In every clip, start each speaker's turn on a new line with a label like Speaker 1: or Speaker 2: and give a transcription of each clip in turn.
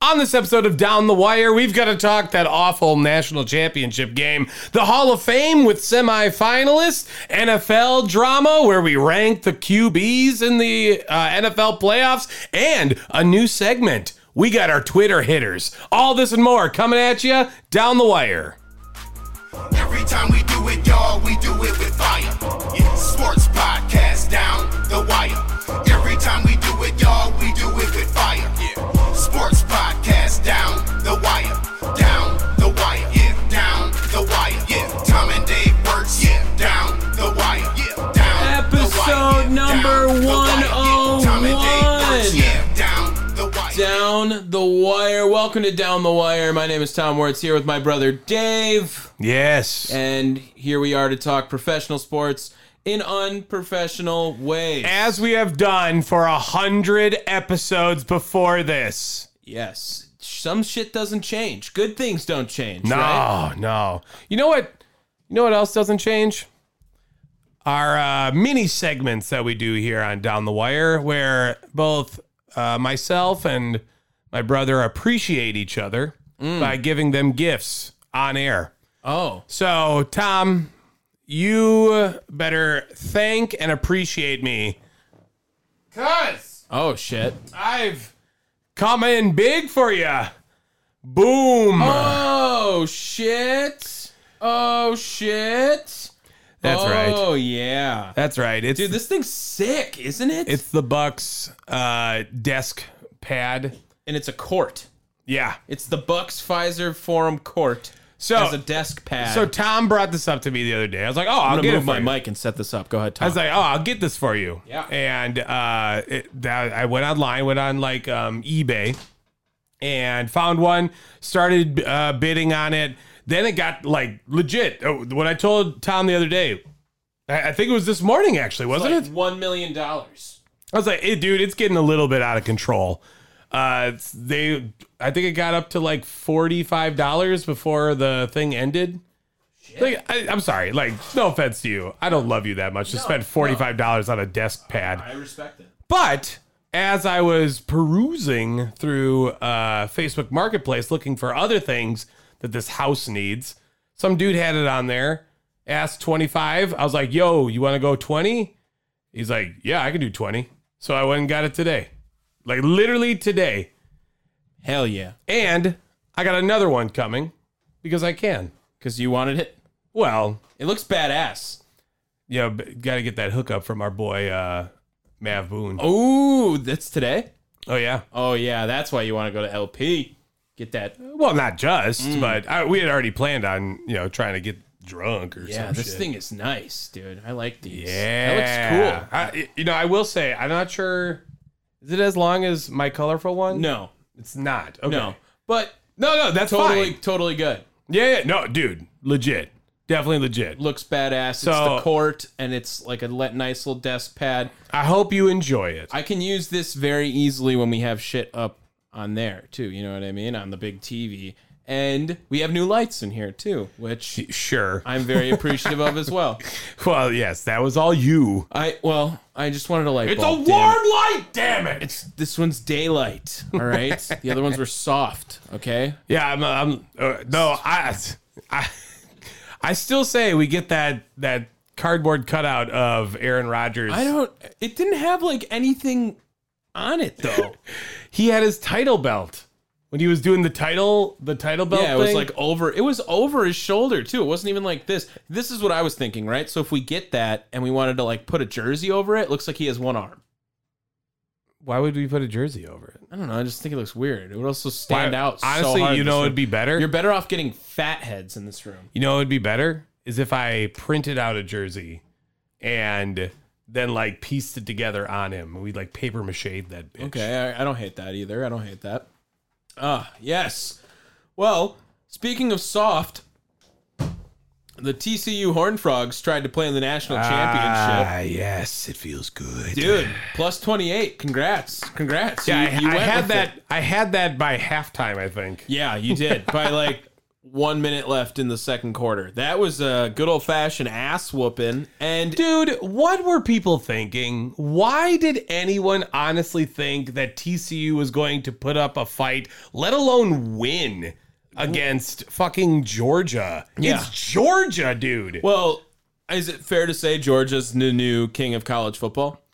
Speaker 1: On this episode of Down the Wire, we've got to talk that awful national championship game, the Hall of Fame with semifinalists, NFL drama where we rank the QBs in the uh, NFL playoffs, and a new segment. We got our Twitter hitters. All this and more coming at you down the wire.
Speaker 2: Every time we do it, y'all, we do it with fire. Yeah, sports podcast down the wire. Every time we do it, y'all, we do it with fire. Yeah, sports podcast down the wire. Down the wire. Yeah, down the wire. Yeah, Tom and Dave works. Yeah, down the wire. Yeah, down
Speaker 1: Episode number
Speaker 2: the wire. Yeah, Tom and Dave works.
Speaker 1: 101.
Speaker 2: Yeah, down the wire.
Speaker 1: Down the Wire. Welcome to Down the Wire. My name is Tom Wertz here with my brother Dave.
Speaker 3: Yes.
Speaker 1: And here we are to talk professional sports in unprofessional ways.
Speaker 3: As we have done for a hundred episodes before this.
Speaker 1: yes. Some shit doesn't change. Good things don't change.
Speaker 3: No,
Speaker 1: Right?
Speaker 3: no. You know what? You know what else doesn't change? Our uh, mini segments that we do here on Down the Wire, where both uh, myself and my brother appreciate each other
Speaker 1: Mm.
Speaker 3: by giving them gifts on air.
Speaker 1: Oh.
Speaker 3: So, Tom, you better thank and appreciate me. Cuz
Speaker 1: Oh shit.
Speaker 3: I've come in big for you. Boom.
Speaker 1: Oh shit. Oh shit.
Speaker 3: That's right.
Speaker 1: Oh yeah.
Speaker 3: That's right. It's
Speaker 1: Dude, this thing's sick, isn't it?
Speaker 3: it's the Bucks uh, desk pad.
Speaker 1: and it's a court.
Speaker 3: Yeah.
Speaker 1: It's the Bucks Pfizer Forum Court
Speaker 3: So
Speaker 1: as a desk pad.
Speaker 3: so Tom brought this up to me the other day. I was like, "Oh,
Speaker 1: I'm
Speaker 3: I'll
Speaker 1: gonna
Speaker 3: get it
Speaker 1: move
Speaker 3: for
Speaker 1: my
Speaker 3: you.
Speaker 1: mic and set this up. Go ahead,
Speaker 3: I
Speaker 1: Tom.
Speaker 3: was like, "Oh, I'll get this for you."
Speaker 1: Yeah.
Speaker 3: And uh, it, that I went online, went on like um, eBay, and found one. Started uh, bidding on it. Then it got like legit. Oh, what I told Tom the other day, I, I think it was this morning actually, wasn't it?
Speaker 1: like one million dollars.
Speaker 3: I was like, hey, dude, it's getting a little bit out of control. Uh, it's- they, I think it got up to like forty-five dollars before the thing ended. Like, I, I'm sorry, like, no offense to you, I don't love you that much to spend forty-five dollars on a desk pad.
Speaker 1: respect it.
Speaker 3: But as I was perusing through uh, Facebook Marketplace looking for other things that this house needs, some dude had it on there. Asked twenty five. I was like, "Yo, you want to go 20? He's like, "Yeah, I can do 20. So I went and got it today, like literally today.
Speaker 1: Hell yeah.
Speaker 3: And I got another one coming because I can.
Speaker 1: Because you wanted it.
Speaker 3: Well,
Speaker 1: It looks badass.
Speaker 3: you know, got to get that hookup from our boy uh, Mav Boone. Oh,
Speaker 1: Oh, that's today?
Speaker 3: yeah.
Speaker 1: Oh yeah, that's why you want to go to LP. Get that.
Speaker 3: Well, not just,
Speaker 1: Mm.
Speaker 3: but I, we had already planned on you know trying to get drunk or
Speaker 1: Yeah,
Speaker 3: some
Speaker 1: this
Speaker 3: shit.
Speaker 1: thing is nice, dude. I like these.
Speaker 3: Yeah,
Speaker 1: That looks
Speaker 3: looks cool. I, you know, I will say I'm not sure. Is it as long as my colorful
Speaker 1: cool.
Speaker 3: one?
Speaker 1: No.
Speaker 3: it's not. Okay.
Speaker 1: No. But
Speaker 3: no, no, that's
Speaker 1: totally
Speaker 3: fine.
Speaker 1: totally good.
Speaker 3: Yeah, yeah, no, dude, legit, definitely legit.
Speaker 1: Looks badass.
Speaker 3: So-
Speaker 1: it's the court and it's like a le- nice little desk pad.
Speaker 3: I hope you enjoy it.
Speaker 1: I can use this very easily when we have shit up on there too. You know what I mean? On the big TV. And we have new lights in here too, which
Speaker 3: sure.
Speaker 1: I'm very appreciative of as well.
Speaker 3: well, yes, that was all you.
Speaker 1: I well, I just wanted to light
Speaker 3: It's
Speaker 1: bulb,
Speaker 3: a warm
Speaker 1: damn it.
Speaker 3: light, damn it.
Speaker 1: It's this one's daylight. All right. the other ones were soft. Okay.
Speaker 3: Yeah, I'm. I'm uh, no, I, I, I still say we get that that cardboard cutout of Aaron Rodgers.
Speaker 1: I don't. It didn't have like anything on it though.
Speaker 3: He had his title belt when he was doing the title the title belt.
Speaker 1: yeah, it was
Speaker 3: thing.
Speaker 1: like over. It was over his shoulder too. It wasn't even like this. This is what I was thinking, right? So if we get that and we wanted to like put a jersey over it, it looks like he has one arm.
Speaker 3: why would we put a jersey over it?
Speaker 1: I don't know. I just think it looks weird. It would also stand
Speaker 3: Why-
Speaker 1: out. so
Speaker 3: Honestly,
Speaker 1: hard in
Speaker 3: you
Speaker 1: this
Speaker 3: know,
Speaker 1: room.
Speaker 3: it'd be better.
Speaker 1: You're better off getting fat heads in this room.
Speaker 3: you know, it'd be better is if I printed out a jersey and then like pieced it together on him. We like paper mache that bitch.
Speaker 1: Okay, I, I don't hate that either. I don't hate that. Ah, yes. Well, speaking of soft, the TCU Horned Frogs tried to play in the national championship.
Speaker 3: Ah, yes, it feels good.
Speaker 1: Dude, plus 28. Congrats. Congrats.
Speaker 3: Yeah, I, I
Speaker 1: went
Speaker 3: had
Speaker 1: with it.
Speaker 3: that. I had that by halftime. I think.
Speaker 1: Yeah, you did. By like one minute left in the second quarter. That was a good old fashioned ass whooping. And
Speaker 3: Dude, what were people thinking? Why did anyone honestly think that TCU was going to put up a fight, let alone win against fucking Georgia?
Speaker 1: Yeah.
Speaker 3: It's Georgia, dude.
Speaker 1: well, is it fair to say Georgia's the new king of college football?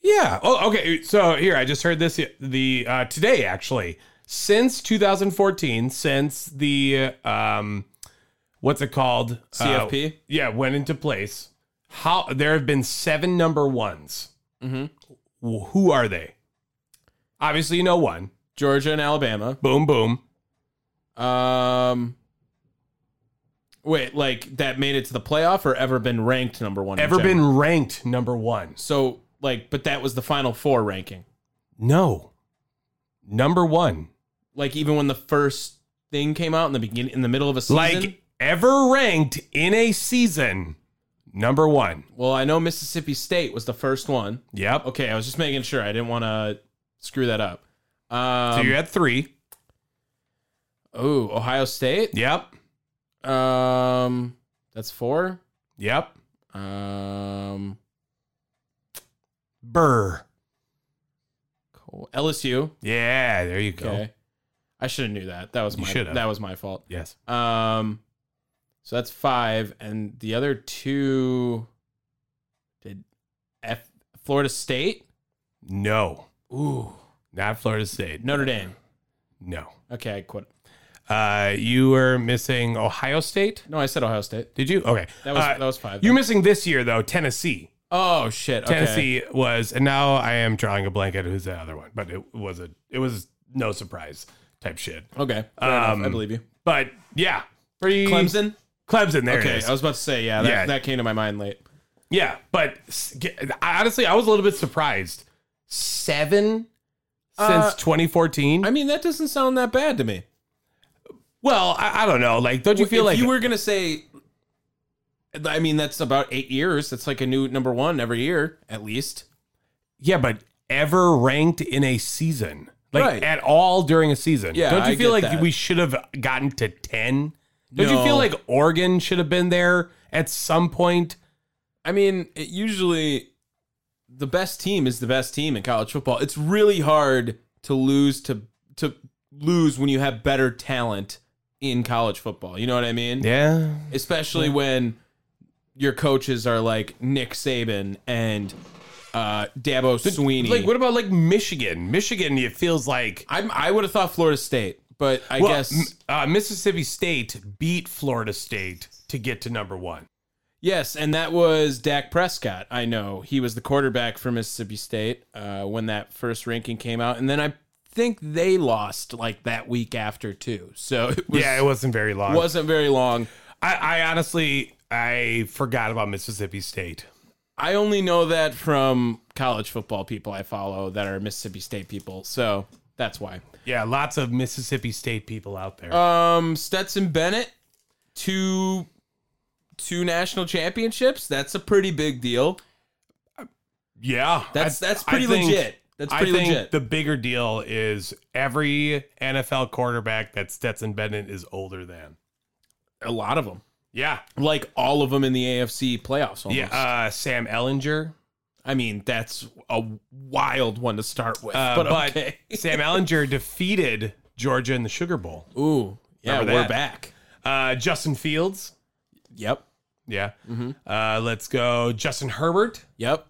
Speaker 3: Yeah. Oh, okay. So here, I just heard this the uh, today actually. Since 2014, since the um, what's it called
Speaker 1: CFP?
Speaker 3: Uh, yeah, went into place. How there have been seven number ones. Mm-hmm. Who are they? Obviously, you know one.
Speaker 1: Georgia and Alabama.
Speaker 3: Boom, boom.
Speaker 1: Um Wait, like that made it to the playoff or ever been ranked number 1?
Speaker 3: Ever been ranked number one?
Speaker 1: So like but that was the final 4 ranking.
Speaker 3: No, number one.
Speaker 1: Like even when the first thing came out in the beginning in the middle of a season.
Speaker 3: Like ever ranked in a season, number one.
Speaker 1: well, I know Mississippi State was the first one.
Speaker 3: Yep.
Speaker 1: Okay, I was just making sure. I didn't want to screw that up.
Speaker 3: so
Speaker 1: Um,
Speaker 3: you're at three.
Speaker 1: oh, Ohio State.
Speaker 3: Yep.
Speaker 1: Um, that's four.
Speaker 3: Yep.
Speaker 1: Um,
Speaker 3: Burr.
Speaker 1: cool. LSU.
Speaker 3: Yeah, there you go.
Speaker 1: Okay, I should have knew that. That was
Speaker 3: You
Speaker 1: my
Speaker 3: should've.
Speaker 1: that was my fault.
Speaker 3: Yes.
Speaker 1: Um, so that's five, and the other two did F Florida State.
Speaker 3: No.
Speaker 1: Ooh,
Speaker 3: Not Florida State.
Speaker 1: Notre Dame.
Speaker 3: No.
Speaker 1: Okay, I quit.
Speaker 3: Uh, you were missing Ohio State.
Speaker 1: No, I said Ohio State.
Speaker 3: Did you? Okay.
Speaker 1: That was
Speaker 3: Uh,
Speaker 1: that was five.
Speaker 3: you
Speaker 1: then.
Speaker 3: missing this year though. Tennessee.
Speaker 1: oh shit. Okay.
Speaker 3: Tennessee was, and now I am drawing a blank at who's that other one, but it was a, it was no surprise type shit.
Speaker 1: Okay, fair enough.
Speaker 3: Um,
Speaker 1: I believe you.
Speaker 3: But yeah, pretty
Speaker 1: Clemson.
Speaker 3: Clemson. There it
Speaker 1: Okay,
Speaker 3: is.
Speaker 1: I was about to say yeah that,
Speaker 3: Yeah.
Speaker 1: that came to my mind late.
Speaker 3: Yeah, but s- g- I- honestly, I was a little bit surprised. Seven
Speaker 1: Uh,
Speaker 3: since 2014.
Speaker 1: I mean that doesn't sound that bad to me.
Speaker 3: well, I, I don't know. Like, don't you feel
Speaker 1: if
Speaker 3: like
Speaker 1: you were gonna say? I mean that's about eight years. That's like a new number one every year at least.
Speaker 3: Yeah, but ever ranked in a season, like
Speaker 1: Right.
Speaker 3: at all during a season.
Speaker 1: Yeah,
Speaker 3: don't you
Speaker 1: I
Speaker 3: feel
Speaker 1: get
Speaker 3: like
Speaker 1: that.
Speaker 3: we should have gotten to ten? Don't you feel
Speaker 1: No.
Speaker 3: like Oregon should have been there at some point?
Speaker 1: I mean it usually the best team is the best team in college football. It's really hard to lose to to lose when you have better talent in college football. You know what I mean?
Speaker 3: Yeah,
Speaker 1: especially when your coaches are like Nick Saban and uh, Dabo Sweeney.
Speaker 3: Like, what about like Michigan? Michigan, it feels like.
Speaker 1: I'm, I would have thought Florida State, but I
Speaker 3: Well,
Speaker 1: guess
Speaker 3: m- uh, Mississippi State beat Florida State to get to number one.
Speaker 1: yes, and that was Dak Prescott. I know he was the quarterback for Mississippi State uh, when that first ranking came out, and then I think they lost like that week after too. So it was,
Speaker 3: yeah, it wasn't very long.
Speaker 1: wasn't very long.
Speaker 3: I, I honestly I forgot about Mississippi State.
Speaker 1: I only know that from college football people I follow that are Mississippi State people, so that's why.
Speaker 3: Yeah, lots of Mississippi State people out there.
Speaker 1: Um, Stetson Bennett, two two national championships. That's a pretty big deal.
Speaker 3: yeah,
Speaker 1: That's
Speaker 3: I-
Speaker 1: that's
Speaker 3: I
Speaker 1: pretty
Speaker 3: think-
Speaker 1: legit. That's
Speaker 3: I
Speaker 1: pretty
Speaker 3: think
Speaker 1: legit.
Speaker 3: the bigger deal is every NFL quarterback that Stetson Bennett is older than.
Speaker 1: a lot of them,
Speaker 3: Yeah,
Speaker 1: like all of them in the AFC playoffs. Almost.
Speaker 3: yeah. Uh, Sam Ellinger,
Speaker 1: I mean that's a wild one to start with.
Speaker 3: uh,
Speaker 1: but,
Speaker 3: but,
Speaker 1: okay.
Speaker 3: Sam Ellinger defeated Georgia in the Sugar Bowl.
Speaker 1: Ooh, yeah,
Speaker 3: Remember that.
Speaker 1: we're back.
Speaker 3: Uh, Justin Fields,
Speaker 1: Yep, Mm-hmm.
Speaker 3: yeah. Uh, let's go. Justin Herbert,
Speaker 1: yep,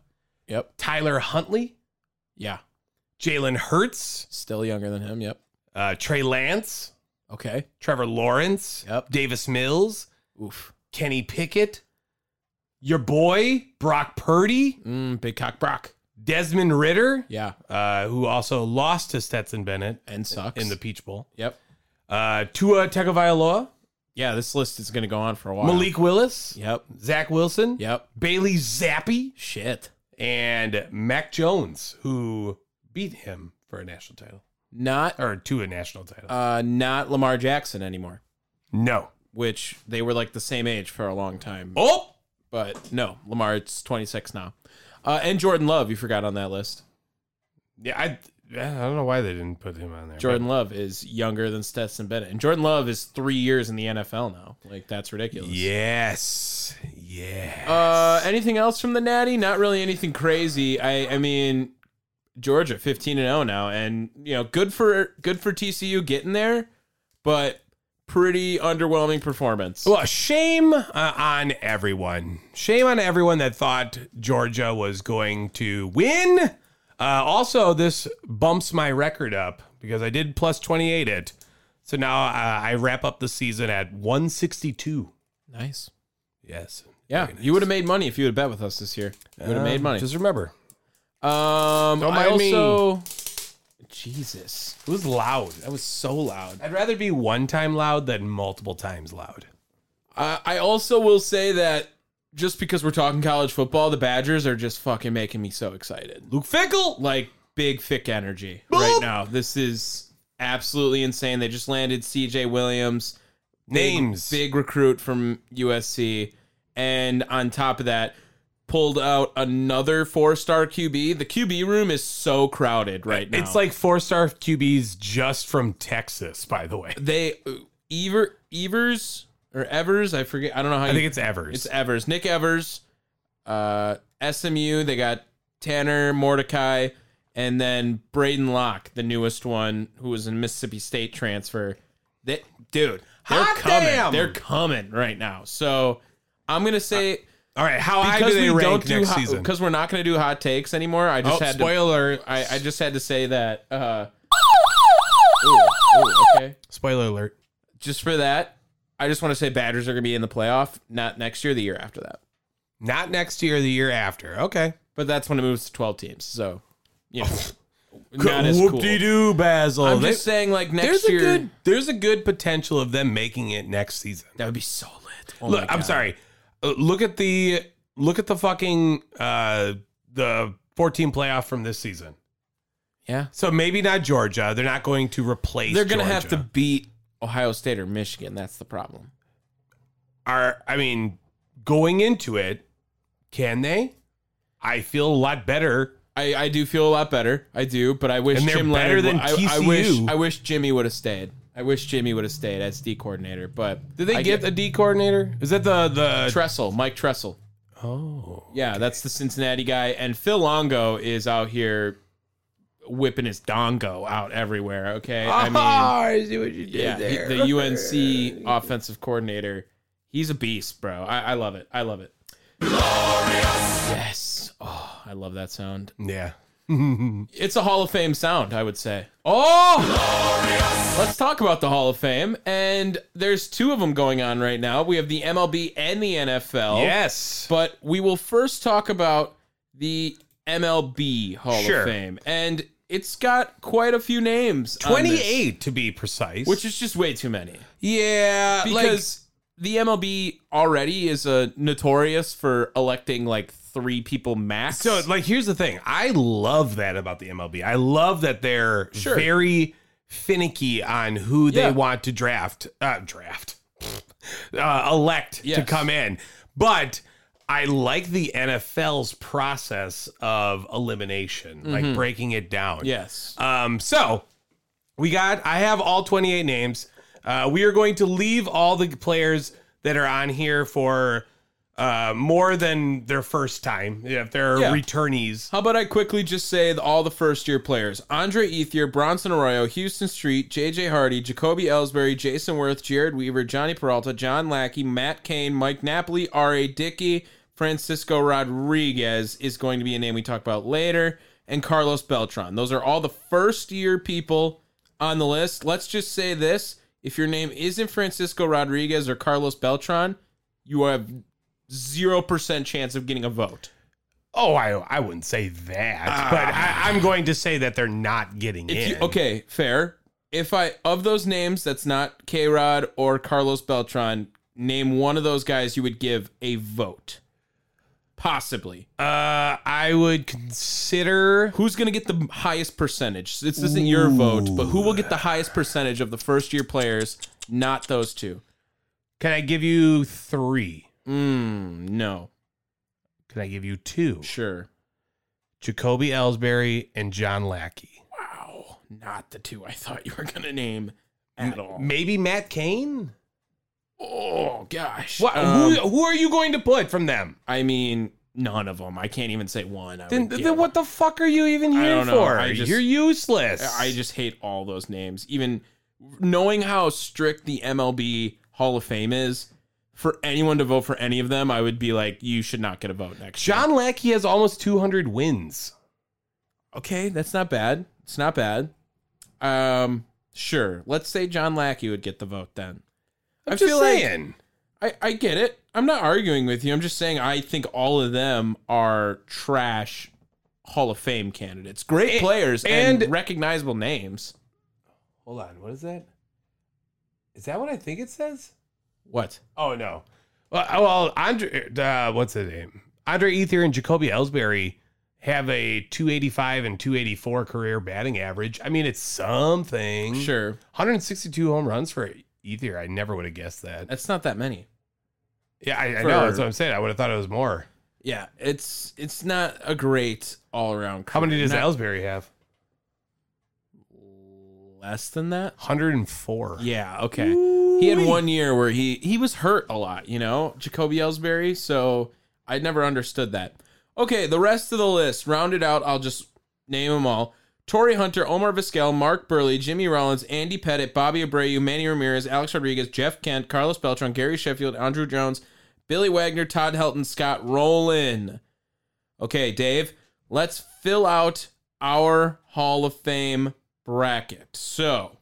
Speaker 1: yep.
Speaker 3: Tyler Huntley,
Speaker 1: Yeah,
Speaker 3: Jalen Hurts,
Speaker 1: still younger than him. Yep.
Speaker 3: uh, Trey Lance.
Speaker 1: Okay.
Speaker 3: Trevor Lawrence, uh,
Speaker 1: Yep.
Speaker 3: Davis Mills,
Speaker 1: Oof.
Speaker 3: Kenny Pickett, your boy Brock Purdy,
Speaker 1: Mm, big cock Brock.
Speaker 3: Desmond Ritter,
Speaker 1: Yeah,
Speaker 3: uh, who also lost to Stetson Bennett
Speaker 1: and sucks
Speaker 3: in the Peach Bowl,
Speaker 1: Yep.
Speaker 3: uh, Tua Tagovailoa,
Speaker 1: Yeah, this list is gonna go on for a while.
Speaker 3: Malik Willis,
Speaker 1: Yep.
Speaker 3: Zach Wilson,
Speaker 1: Yep.
Speaker 3: Bailey Zappi,
Speaker 1: Shit.
Speaker 3: and Mac Jones, who beat him for a national title.
Speaker 1: Not
Speaker 3: or to a national title.
Speaker 1: uh not Lamar Jackson anymore,
Speaker 3: no.
Speaker 1: which they were like the same age for a long time.
Speaker 3: Oh,
Speaker 1: But no, Lamar it's 26 now. Uh, and Jordan Love, you forgot on that list.
Speaker 3: yeah. I yeah, I don't know why they didn't put him on there.
Speaker 1: Jordan Love is younger than Stetson Bennett, and Jordan Love is three years in the NFL now. Like that's
Speaker 3: but-
Speaker 1: ridiculous.
Speaker 3: Yes. Yeah.
Speaker 1: Uh, anything else from the Natty? Not really anything crazy. I I mean, Georgia 15 and 0 now and you know, good for good for TCU getting there, but pretty underwhelming performance.
Speaker 3: Well, shame uh, on everyone. Shame on everyone that thought Georgia was going to win. Uh, also, this bumps my record up because I did plus 28 it. So now uh, I wrap up the season at 162.
Speaker 1: Nice.
Speaker 3: Yes. Uh,
Speaker 1: Yeah, you would have made money if you would have bet with us this year. You would have made money.
Speaker 3: Just remember,
Speaker 1: um,
Speaker 3: Don't
Speaker 1: I
Speaker 3: mind me.
Speaker 1: also Jesus,
Speaker 3: it was loud.
Speaker 1: that was so loud.
Speaker 3: I'd rather be one time loud than multiple times loud.
Speaker 1: I, I also will say that just because we're talking college football, the Badgers are just fucking making me so excited.
Speaker 3: Luke Fickle.
Speaker 1: like big thick energy
Speaker 3: Boom.
Speaker 1: right now. This is absolutely insane. They just landed CJ Williams, big-
Speaker 3: Names.
Speaker 1: big, recruit from USC, and on top of that, pulled out another four-star QB. The QB room is so crowded right now.
Speaker 3: It's like four star QBs just from Texas, by the way.
Speaker 1: they Ever Evers or Evers, I forget. I don't know how
Speaker 3: I
Speaker 1: you
Speaker 3: think it's Evers.
Speaker 1: It's Evers. Nick Evers, uh, SMU. They got Tanner Mordecai, and then Braden Locke, the newest one, who was a Mississippi State transfer. That dude, they're
Speaker 3: Hot
Speaker 1: coming.
Speaker 3: damn!
Speaker 1: They're coming right now. So I'm gonna say
Speaker 3: All right. How high Uh, do
Speaker 1: because
Speaker 3: they
Speaker 1: we
Speaker 3: rank
Speaker 1: don't do
Speaker 3: next
Speaker 1: hot,
Speaker 3: season?
Speaker 1: because we're not gonna do hot takes anymore. I just
Speaker 3: Oh,
Speaker 1: had
Speaker 3: spoiler.
Speaker 1: To, I, I just had to say that. Uh, ooh, ooh, okay
Speaker 3: Spoiler alert.
Speaker 1: just for that, I just want to say Badgers are going to be in the playoff, not next year, the year after that.
Speaker 3: Not next year, the year after. Okay.
Speaker 1: But that's when it moves to 12 teams. So, you know, not as cool.
Speaker 3: Oh. Whoop-de-doo, Basil.
Speaker 1: I'm
Speaker 3: They-
Speaker 1: just saying, like, next
Speaker 3: there's a
Speaker 1: year,
Speaker 3: good there's a good potential of them making it next season.
Speaker 1: that would be so lit. Oh my
Speaker 3: look, I'm
Speaker 1: God.
Speaker 3: sorry. Uh, look at the look at the fucking uh the 14 playoff from this season.
Speaker 1: Yeah.
Speaker 3: So maybe not Georgia. They're not going to replace.
Speaker 1: They're going to have to
Speaker 3: Georgia.
Speaker 1: beat Ohio State or Michigan. That's the problem.
Speaker 3: Are I mean, going into it, can they? I feel a lot better.
Speaker 1: I, I do feel a lot better. I do, but I wish
Speaker 3: And they're
Speaker 1: Jim
Speaker 3: better than
Speaker 1: Leonard. I, I wish
Speaker 3: TCU.
Speaker 1: I wish Jimmy would have stayed. I wish Jimmy would have stayed as D coordinator. But
Speaker 3: Did they
Speaker 1: I
Speaker 3: get, a D coordinator? Is that the the
Speaker 1: Tressel, Mike Tressel?
Speaker 3: oh
Speaker 1: Yeah, that's the Cincinnati guy. And Phil Longo is out here whipping his dongo out everywhere. Okay. I mean,
Speaker 3: Ah, I see what you did
Speaker 1: yeah, he- the UNC offensive coordinator. He's a beast, bro. I, I love it. I love it. Yes. Oh, I love that sound.
Speaker 3: Yeah.
Speaker 1: It's a Hall of Fame sound, I would say. Oh! Let's talk about the Hall of Fame. And there's two of them going on right now. We have the MLB and the NFL.
Speaker 3: Yes.
Speaker 1: But we will first talk about the MLB Hall
Speaker 3: Sure.
Speaker 1: of Fame. And it's got quite a few names. on this,
Speaker 3: 28 to be precise.
Speaker 1: which is just way too many.
Speaker 3: yeah,
Speaker 1: Because the MLB already is uh, notorious for electing like three people max.
Speaker 3: so like here's the thing. I love that about the MLB. I love that they're
Speaker 1: Sure.
Speaker 3: very finicky on who they
Speaker 1: Yeah.
Speaker 3: want to draft uh draft. uh, elect to
Speaker 1: Yes.
Speaker 3: come in. But I like the NFL's process of elimination, like breaking it down.
Speaker 1: yes.
Speaker 3: Um, so we got, I have all 28 names. Uh, we are going to leave all the players that are on here for uh, more than their first time. If they're
Speaker 1: Yeah.
Speaker 3: returnees,
Speaker 1: How about I quickly just say the, all the first year players Andre Ethier, Bronson Arroyo, Houston Street, JJ Hardy, Jacoby Ellsbury, Jason Worth, Jared Weaver, Johnny Peralta, John Lackey, Matt Kane, Mike Napoli, R.A. Dickey, Francisco Rodriguez is going to be a name we talk about later, and Carlos Beltran. Those are all the first year people on the list. Let's just say this if your name isn't Francisco Rodriguez or Carlos Beltran, you have 0% chance of getting a vote.
Speaker 3: oh, I, I wouldn't say that, but I, I'm going to say that they're not getting
Speaker 1: If
Speaker 3: in.
Speaker 1: you, okay, fair. If I of those names, that's not K Rod or Carlos Beltran. Name one of those guys you would give a vote. Possibly.
Speaker 3: Uh, I would consider
Speaker 1: Who's going to get the highest percentage? This isn't your vote, but who will get the highest percentage of the first year players? Not those two.
Speaker 3: Can I give you three?
Speaker 1: Mm, no.
Speaker 3: Can I give you two?
Speaker 1: Sure.
Speaker 3: Jacoby Ellsbury and John Lackey.
Speaker 1: Wow. Not the two I thought you were going to name at all.
Speaker 3: Maybe Matt Cain?
Speaker 1: Oh, gosh.
Speaker 3: What,
Speaker 1: Um,
Speaker 3: who, who are you going to put from them?
Speaker 1: I mean, none of them. I can't even say one. I
Speaker 3: Then,
Speaker 1: would
Speaker 3: then
Speaker 1: give.
Speaker 3: what the fuck are you even
Speaker 1: I
Speaker 3: here
Speaker 1: don't know.
Speaker 3: for?
Speaker 1: I just-
Speaker 3: You're useless.
Speaker 1: I just hate all those names. Even knowing how strict the MLB Hall of Fame is, for anyone to vote for any of them, I would be like, you should not get a vote next.
Speaker 3: John Lackey has almost 200 wins.
Speaker 1: year. Okay, that's not bad. It's not bad. Um, sure. Let's say John Lackey would get the vote then.
Speaker 3: I'm
Speaker 1: I
Speaker 3: just
Speaker 1: feel like-
Speaker 3: saying.
Speaker 1: I, I get it. I'm not arguing with you. I'm just saying I think all of them are trash Hall of Fame candidates. Great
Speaker 3: And-
Speaker 1: players and,
Speaker 3: and-
Speaker 1: recognizable names.
Speaker 3: Hold on. What is that? Is that what I think it says?
Speaker 1: What?
Speaker 3: Oh no. Well, uh, well Andre, uh, what's his name? Andre Ether and Jacoby Ellsbury have a 285 and 284 career batting average. I mean, it's something.
Speaker 1: Sure.
Speaker 3: 162 home runs for Ether. I never would have guessed that.
Speaker 1: That's not that many.
Speaker 3: Yeah, I, I
Speaker 1: for-
Speaker 3: know. That's what I'm saying. I would have thought it was more.
Speaker 1: Yeah, it's it's not a great all around.
Speaker 3: How many does Ellsbury have?
Speaker 1: Less than that.
Speaker 3: 104.
Speaker 1: Yeah. Okay. He had one year where he he was hurt a lot. You know, Jacoby Ellsbury. So I never understood that. Okay, the rest of the list rounded out. I'll just name them all. Torrey Hunter, Omar Vizquel, Mark Burley, Jimmy Rollins, Andy Pettit, Bobby Abreu, Manny Ramirez, Alex Rodriguez, Jeff Kent, Carlos Beltran, Gary Sheffield, Andrew Jones, Billy Wagner, Todd Helton, Scott Rowland. Okay, Dave, let's fill out our Hall of Fame bracket. So,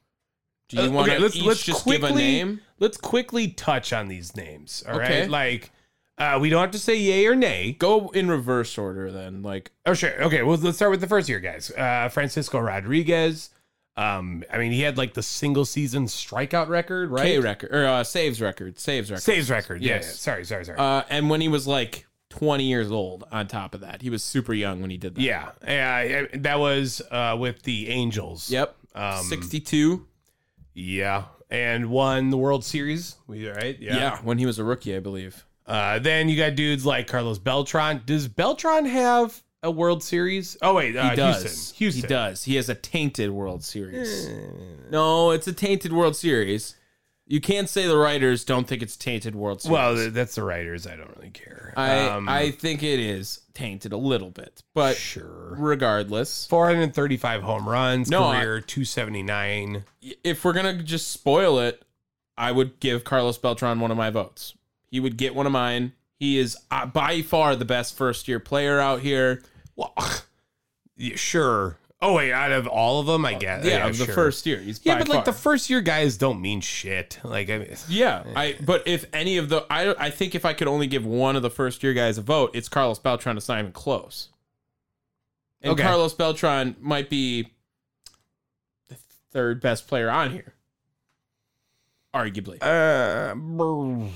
Speaker 1: do you
Speaker 3: Uh,
Speaker 1: want to
Speaker 3: okay, let's
Speaker 1: each
Speaker 3: let's
Speaker 1: just
Speaker 3: quickly
Speaker 1: give a name?
Speaker 3: let's quickly touch on these names. All right,
Speaker 1: Okay.
Speaker 3: like uh, we don't have to say yay or nay.
Speaker 1: Go in reverse order then. Like,
Speaker 3: Oh, sure. Okay. Well, let's start with the first year guys. Uh, Francisco Rodriguez. Um, I mean, he had like the single season strikeout record, right?
Speaker 1: K record or uh, saves record, saves record,
Speaker 3: Saves record. Yeah,
Speaker 1: Yes.
Speaker 3: yeah. Sorry. Sorry. Sorry.
Speaker 1: Uh, and when he was like 20 years old, on top of that, he was super young when he did that.
Speaker 3: yeah. Yeah. yeah, That was uh, with the Angels.
Speaker 1: Yep.
Speaker 3: Um,
Speaker 1: 62.
Speaker 3: Yeah. And won the World Series. We right?
Speaker 1: Yeah. When he was a rookie, I believe.
Speaker 3: Uh, then you got dudes like Carlos Beltran. Does Beltran have a World Series? Oh wait, uh,
Speaker 1: He does.
Speaker 3: Houston. Houston. Hmm.
Speaker 1: He does. He has a tainted World Series. no, it's a tainted World Series. You can't say the writers don't think it's tainted World Series.
Speaker 3: Well, th- that's the writers. I don't really care.
Speaker 1: I
Speaker 3: Um,
Speaker 1: I think it is tainted a little bit, but
Speaker 3: sure.
Speaker 1: regardless,
Speaker 3: 435 home runs,
Speaker 1: No, I-
Speaker 3: career 279.
Speaker 1: if we're gonna just spoil it, I would give Carlos Beltran one of my votes. He would get one of mine. He is uh, by far the best first year player out here.
Speaker 3: Well, yeah, sure. Oh wait, out of all of them, I guess.
Speaker 1: Yeah, of the
Speaker 3: sure.
Speaker 1: first year. He's
Speaker 3: Yeah,
Speaker 1: by
Speaker 3: but like the
Speaker 1: far.
Speaker 3: first year guys don't mean shit. Like I mean,
Speaker 1: Yeah, I but if any of the I I think if I could only give one of the first year guys a vote, it's Carlos Beltran. It's not even close. And
Speaker 3: Okay.
Speaker 1: Carlos Beltran might be the third best player on here, arguably.
Speaker 3: uh, brr.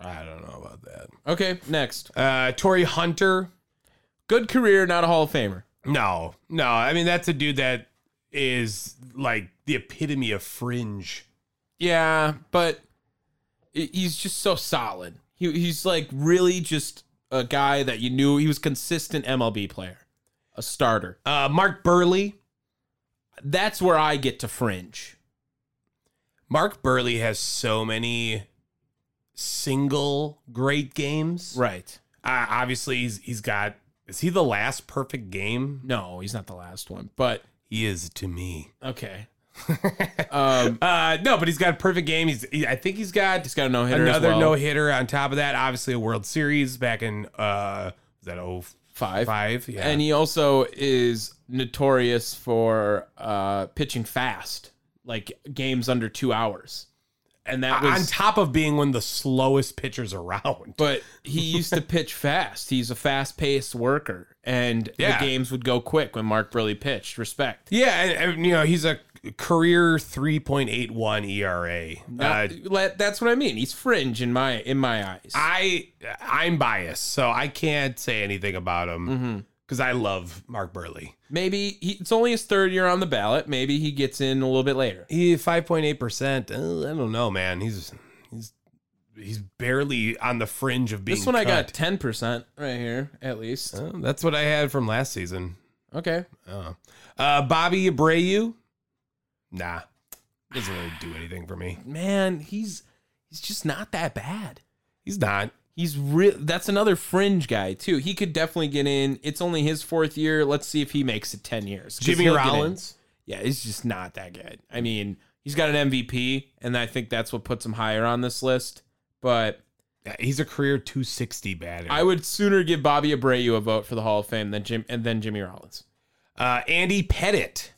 Speaker 3: I don't know about that.
Speaker 1: Okay, next.
Speaker 3: Uh, Tory Hunter.
Speaker 1: Good career, not a Hall of Famer.
Speaker 3: No, no. I mean, that's a dude that is like the epitome of fringe.
Speaker 1: Yeah, but he- he's just so solid. He he's like really just a guy that you knew he was consistent MLB player, a starter.
Speaker 3: Uh, Mark Burley.
Speaker 1: That's where I get to fringe.
Speaker 3: Mark Burley has so many single great games.
Speaker 1: Right.
Speaker 3: Uh, obviously, he's he's got. Is he the last perfect game?
Speaker 1: No, he's not the last one, but
Speaker 3: He is to me.
Speaker 1: okay. um,
Speaker 3: Uh, no, but he's got a perfect game. He's he, I think he's got
Speaker 1: he's got a no hitter.
Speaker 3: another
Speaker 1: well.
Speaker 3: no hitter on top of that. Obviously, a World Series back in uh, was that oh
Speaker 1: Five.
Speaker 3: five? Yeah,
Speaker 1: And he also is notorious for uh, pitching fast, like games under two hours. And that was
Speaker 3: Uh, on top of being one of the slowest pitchers around.
Speaker 1: But he used to pitch fast. He's a fast paced worker. And
Speaker 3: Yeah.
Speaker 1: the games would go quick when Mark Burley pitched. Respect.
Speaker 3: Yeah, and, and, you know he's a career 3.81 ERA. Uh,
Speaker 1: Not- let- that's what I mean. He's fringe in my in my eyes.
Speaker 3: I I'm biased, so I can't say anything about
Speaker 1: Mm-hmm.
Speaker 3: him because I love Mark Burley.
Speaker 1: Maybe he, it's only his third year on the ballot. Maybe he gets in a little bit later.
Speaker 3: He five point eight percent. eh, I don't know, man. He's he's he's barely on the fringe of being.
Speaker 1: This one I got
Speaker 3: cut.
Speaker 1: ten percent right here, at least.
Speaker 3: Oh, that's what I had from last season.
Speaker 1: Okay,
Speaker 3: Oh. Uh, Bobby Abreu. Nah, doesn't really do anything for me.
Speaker 1: man, he's he's just not that bad.
Speaker 3: He's not.
Speaker 1: He's real. That's another fringe guy too. He could definitely get in. It's only his fourth year. Let's see if he makes it ten years. 'Cause
Speaker 3: Jimmy
Speaker 1: he'll get in.
Speaker 3: Rollins.
Speaker 1: Yeah, he's just not that good. I mean, he's got an MVP, and I think that's what puts him higher on this list. But
Speaker 3: Yeah, He's a career two sixty batter.
Speaker 1: I would sooner give Bobby Abreu a vote for the Hall of Fame than Jim and then Jimmy Rollins,
Speaker 3: uh, Andy Pettit.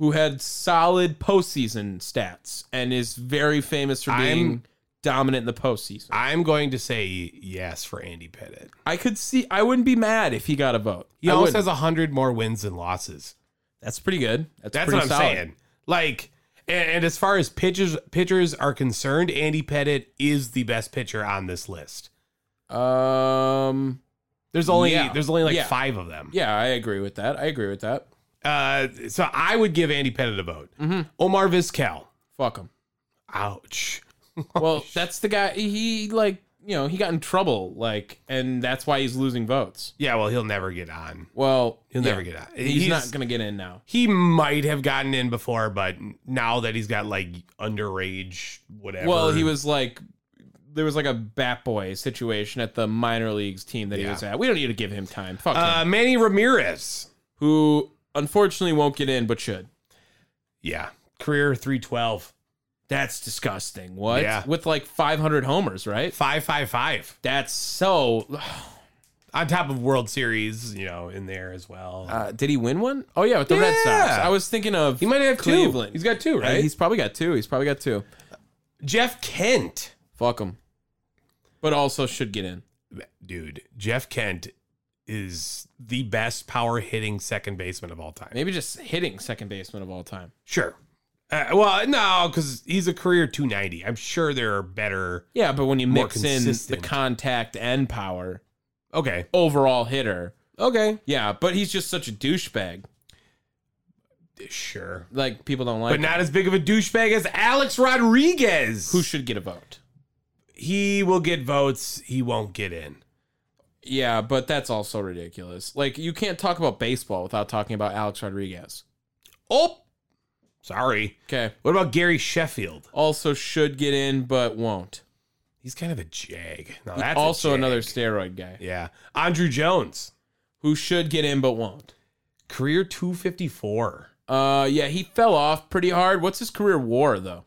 Speaker 1: who had solid postseason stats and is very famous for being
Speaker 3: I'm-
Speaker 1: dominant in the postseason.
Speaker 3: I'm going to say yes for Andy Pettit.
Speaker 1: I could see. I wouldn't be mad if he got a vote.
Speaker 3: He
Speaker 1: I
Speaker 3: almost
Speaker 1: wouldn't.
Speaker 3: has hundred more wins than losses.
Speaker 1: That's pretty good. That's,
Speaker 3: That's
Speaker 1: pretty
Speaker 3: what I'm
Speaker 1: solid.
Speaker 3: saying. Like, and, and as far as pitchers pitchers are concerned, Andy Pettit is the best pitcher on this list.
Speaker 1: Um.
Speaker 3: There's only
Speaker 1: Yeah.
Speaker 3: there's only like
Speaker 1: Yeah.
Speaker 3: five of them.
Speaker 1: Yeah, I agree with that. I agree with that.
Speaker 3: Uh, so I would give Andy Pettit a vote.
Speaker 1: Mm-hmm.
Speaker 3: Omar Vizquel.
Speaker 1: Fuck him.
Speaker 3: Ouch. Oh,
Speaker 1: Well, that's the guy. He like you know he got in trouble like, and that's why he's losing votes.
Speaker 3: Yeah, well, he'll never get on.
Speaker 1: Well,
Speaker 3: He'll
Speaker 1: yeah,
Speaker 3: never get on.
Speaker 1: He's, not gonna get in now.
Speaker 3: He might have gotten in before, but now that he's got like underage whatever.
Speaker 1: Well, he was like. There was like a bat boy situation at the minor leagues team that he
Speaker 3: Yeah.
Speaker 1: was at. We don't need to give him time. Fuck him.
Speaker 3: uh, Manny Ramirez.
Speaker 1: Who unfortunately won't get in, but should.
Speaker 3: Yeah, career 312,
Speaker 1: That's disgusting. What?
Speaker 3: Yeah.
Speaker 1: With like 500 homers, right?
Speaker 3: 555.
Speaker 1: That's so.
Speaker 3: on top of World Series, you know, in there as well.
Speaker 1: Uh, did he win one? Oh yeah, with the Red
Speaker 3: Yeah.
Speaker 1: Sox. I was thinking of
Speaker 3: He might have two.
Speaker 1: Cleveland.
Speaker 3: He's got two,
Speaker 1: Uh,
Speaker 3: right?
Speaker 1: he's probably got two. He's probably got two.
Speaker 3: Jeff Kent,
Speaker 1: Fuck him. But also should get in.
Speaker 3: dude, Jeff Kent is the best power hitting second baseman of all time.
Speaker 1: Maybe just hitting second baseman of all time.
Speaker 3: Sure. Uh, well, no, because he's a career 290. I'm sure there are better.
Speaker 1: Yeah, but when you
Speaker 3: More
Speaker 1: mix in the
Speaker 3: consistent.
Speaker 1: contact and power,
Speaker 3: Okay.
Speaker 1: overall hitter.
Speaker 3: Okay.
Speaker 1: Yeah, but he's just such a douchebag.
Speaker 3: Sure.
Speaker 1: Like people don't like.
Speaker 3: But
Speaker 1: him.
Speaker 3: not as big of a douchebag as Alex Rodriguez.
Speaker 1: who should get a vote.
Speaker 3: he will get votes. He won't get in.
Speaker 1: Yeah, but that's also ridiculous. Like you can't talk about baseball without talking about Alex Rodriguez.
Speaker 3: Oh, sorry.
Speaker 1: Okay.
Speaker 3: What about Gary Sheffield?
Speaker 1: Also should get in, but won't.
Speaker 3: He's kind of a jag. No, that's a
Speaker 1: also
Speaker 3: jag.
Speaker 1: another steroid guy
Speaker 3: Yeah. Andrew Jones,
Speaker 1: who should get in but won't.
Speaker 3: career 254.
Speaker 1: Uh, yeah, he fell off pretty hard. What's his career WAR though?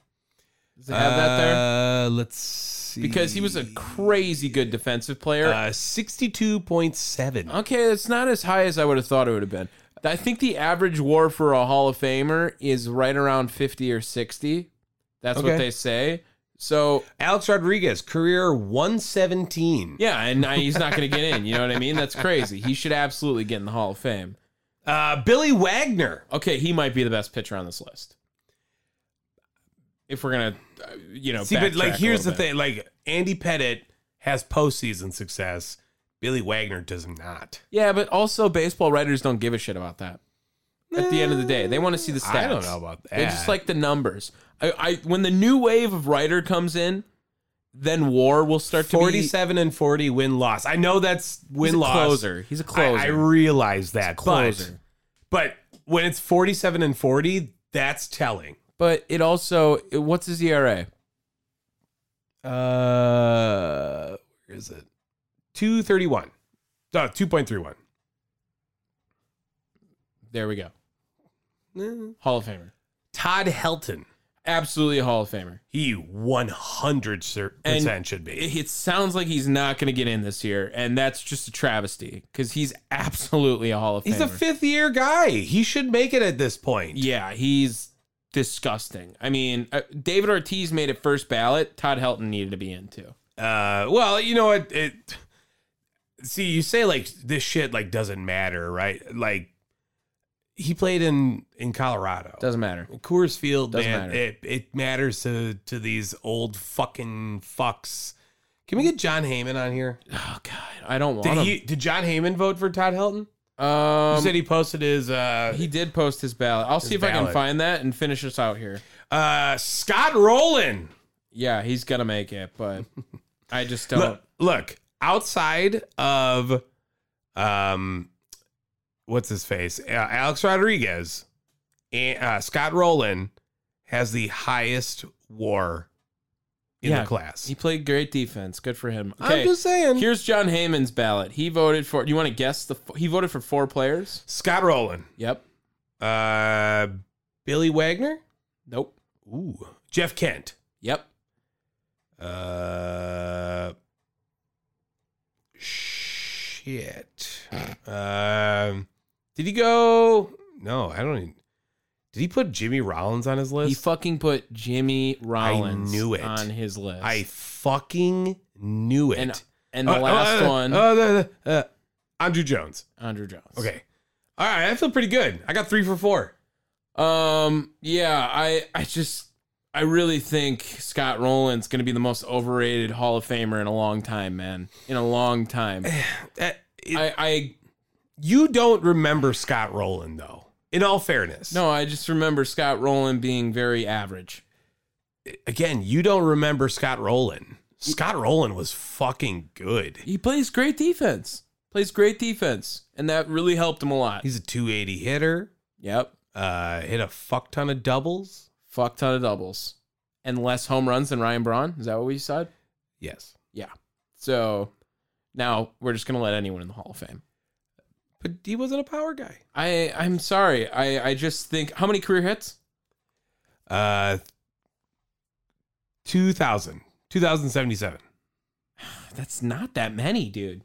Speaker 1: Does it have that there?
Speaker 3: Uh, let's see.
Speaker 1: Because he was a crazy good defensive player.
Speaker 3: uh, 62.7.
Speaker 1: okay, it's not as high as I would have thought it would have been. I think the average WAR for a Hall of Famer is right around fifty or sixty. That's what
Speaker 3: Okay.
Speaker 1: they say. So
Speaker 3: Alex Rodriguez, career 117.
Speaker 1: yeah, and now he's not going to get in. You know what I mean? That's crazy. He should absolutely get in the Hall of Fame.
Speaker 3: Uh, Billy Wagner.
Speaker 1: Okay, he might be the best pitcher on this list. If we're gonna, uh, you know,
Speaker 3: See, but
Speaker 1: backtrack
Speaker 3: like,
Speaker 1: a
Speaker 3: here's the
Speaker 1: little bit.
Speaker 3: thing like, Andy Pettit has postseason success, Billy Wagner does not.
Speaker 1: Yeah, but also baseball writers don't give a shit about that. At the end of the day, they want to see the stats.
Speaker 3: I don't know about
Speaker 1: They just
Speaker 3: that.
Speaker 1: like the numbers. I, I when the new wave of writer comes in, then WAR will start to be
Speaker 3: 47 and 40 win loss. I know that's win loss.
Speaker 1: closer. He's a closer.
Speaker 3: I, I realize that.
Speaker 1: closer.
Speaker 3: But, but when it's 47 and 40, that's telling.
Speaker 1: But it also, it- what's his E ERA?
Speaker 3: Uh, where is it? 231. No, 2.31.
Speaker 1: There we go.
Speaker 3: Eh.
Speaker 1: Hall of Famer.
Speaker 3: Todd Helton.
Speaker 1: Absolutely a Hall of Famer.
Speaker 3: He 100%
Speaker 1: And
Speaker 3: should be.
Speaker 1: It, it sounds like he's not going to get in this year, and that's just a travesty because he's absolutely a Hall of
Speaker 3: He's
Speaker 1: Famer.
Speaker 3: a fifth year guy. He should make it at this point.
Speaker 1: Yeah, he's disgusting. I mean, uh, David Ortiz made it first ballot. Todd Helton needed to be in too.
Speaker 3: Uh, well, you know what? It, see, you say like this shit like doesn't matter, right? Like he played in in Colorado.
Speaker 1: Doesn't matter.
Speaker 3: Coors Field
Speaker 1: Doesn't
Speaker 3: man,
Speaker 1: matter.
Speaker 3: It, it matters to to these old fucking fucks. Can we get John Heyman on here?
Speaker 1: Oh God, I don't want
Speaker 3: Did
Speaker 1: him.
Speaker 3: he? Did John Heyman vote for Todd Helton? You
Speaker 1: um,
Speaker 3: said he posted his. Uh,
Speaker 1: he did post his ballot. I'll see if I
Speaker 3: ballot.
Speaker 1: can find that and finish us out here.
Speaker 3: uh, Scott Rowland.
Speaker 1: Yeah, he's gonna make it, but I just don't.
Speaker 3: Look, look, outside of um, what's his face? Uh, Alex Rodriguez and uh, Scott Rowland has the highest WAR in
Speaker 1: Yeah,
Speaker 3: the class.
Speaker 1: He played great defense. Good for him.
Speaker 3: I'm just saying.
Speaker 1: Here's John Heyman's ballot. He voted for. Do you want to guess the? f- He voted for four players.
Speaker 3: Scott Rowland,
Speaker 1: Yep.
Speaker 3: uh, Billy Wagner,
Speaker 1: Nope.
Speaker 3: ooh, Jeff Kent,
Speaker 1: Yep.
Speaker 3: uh, shit.
Speaker 1: Hmm.
Speaker 3: Um, did he go? No, I don't. Even, did he put Jimmy Rollins on his list?
Speaker 1: He fucking put Jimmy Rollins
Speaker 3: knew it.
Speaker 1: on his list.
Speaker 3: I fucking knew it.
Speaker 1: and and the
Speaker 3: Uh,
Speaker 1: last
Speaker 3: uh,
Speaker 1: one,
Speaker 3: uh, uh, uh, Andrew Jones.
Speaker 1: Andrew Jones.
Speaker 3: Okay. All right, I feel pretty good. I got three for four.
Speaker 1: Um. Yeah. I. I just. I really think Scott Rowland's going to be the most overrated Hall of Famer in a long time, man. In a long time.
Speaker 3: Uh, it-
Speaker 1: I. I.
Speaker 3: you don't remember Scott Rowland, though. In all fairness,
Speaker 1: No. I just remember Scott Rowland being very average.
Speaker 3: Again, you don't remember Scott Rowland. Scott Rowland was fucking good.
Speaker 1: He plays great defense. Plays great defense, and that really helped him a lot.
Speaker 3: He's a 280 hitter.
Speaker 1: yep.
Speaker 3: Uh, hit a fuck ton of doubles.
Speaker 1: Fuck ton of doubles and less home runs than Ryan Braun. Is that what we said?
Speaker 3: Yes,
Speaker 1: Yeah. So now we're just gonna let anyone in the Hall of Fame.
Speaker 3: but he wasn't a power guy.
Speaker 1: I I'm sorry. I I just think how many career hits?
Speaker 3: Uh, 2000, 2077.
Speaker 1: That's not that many, dude.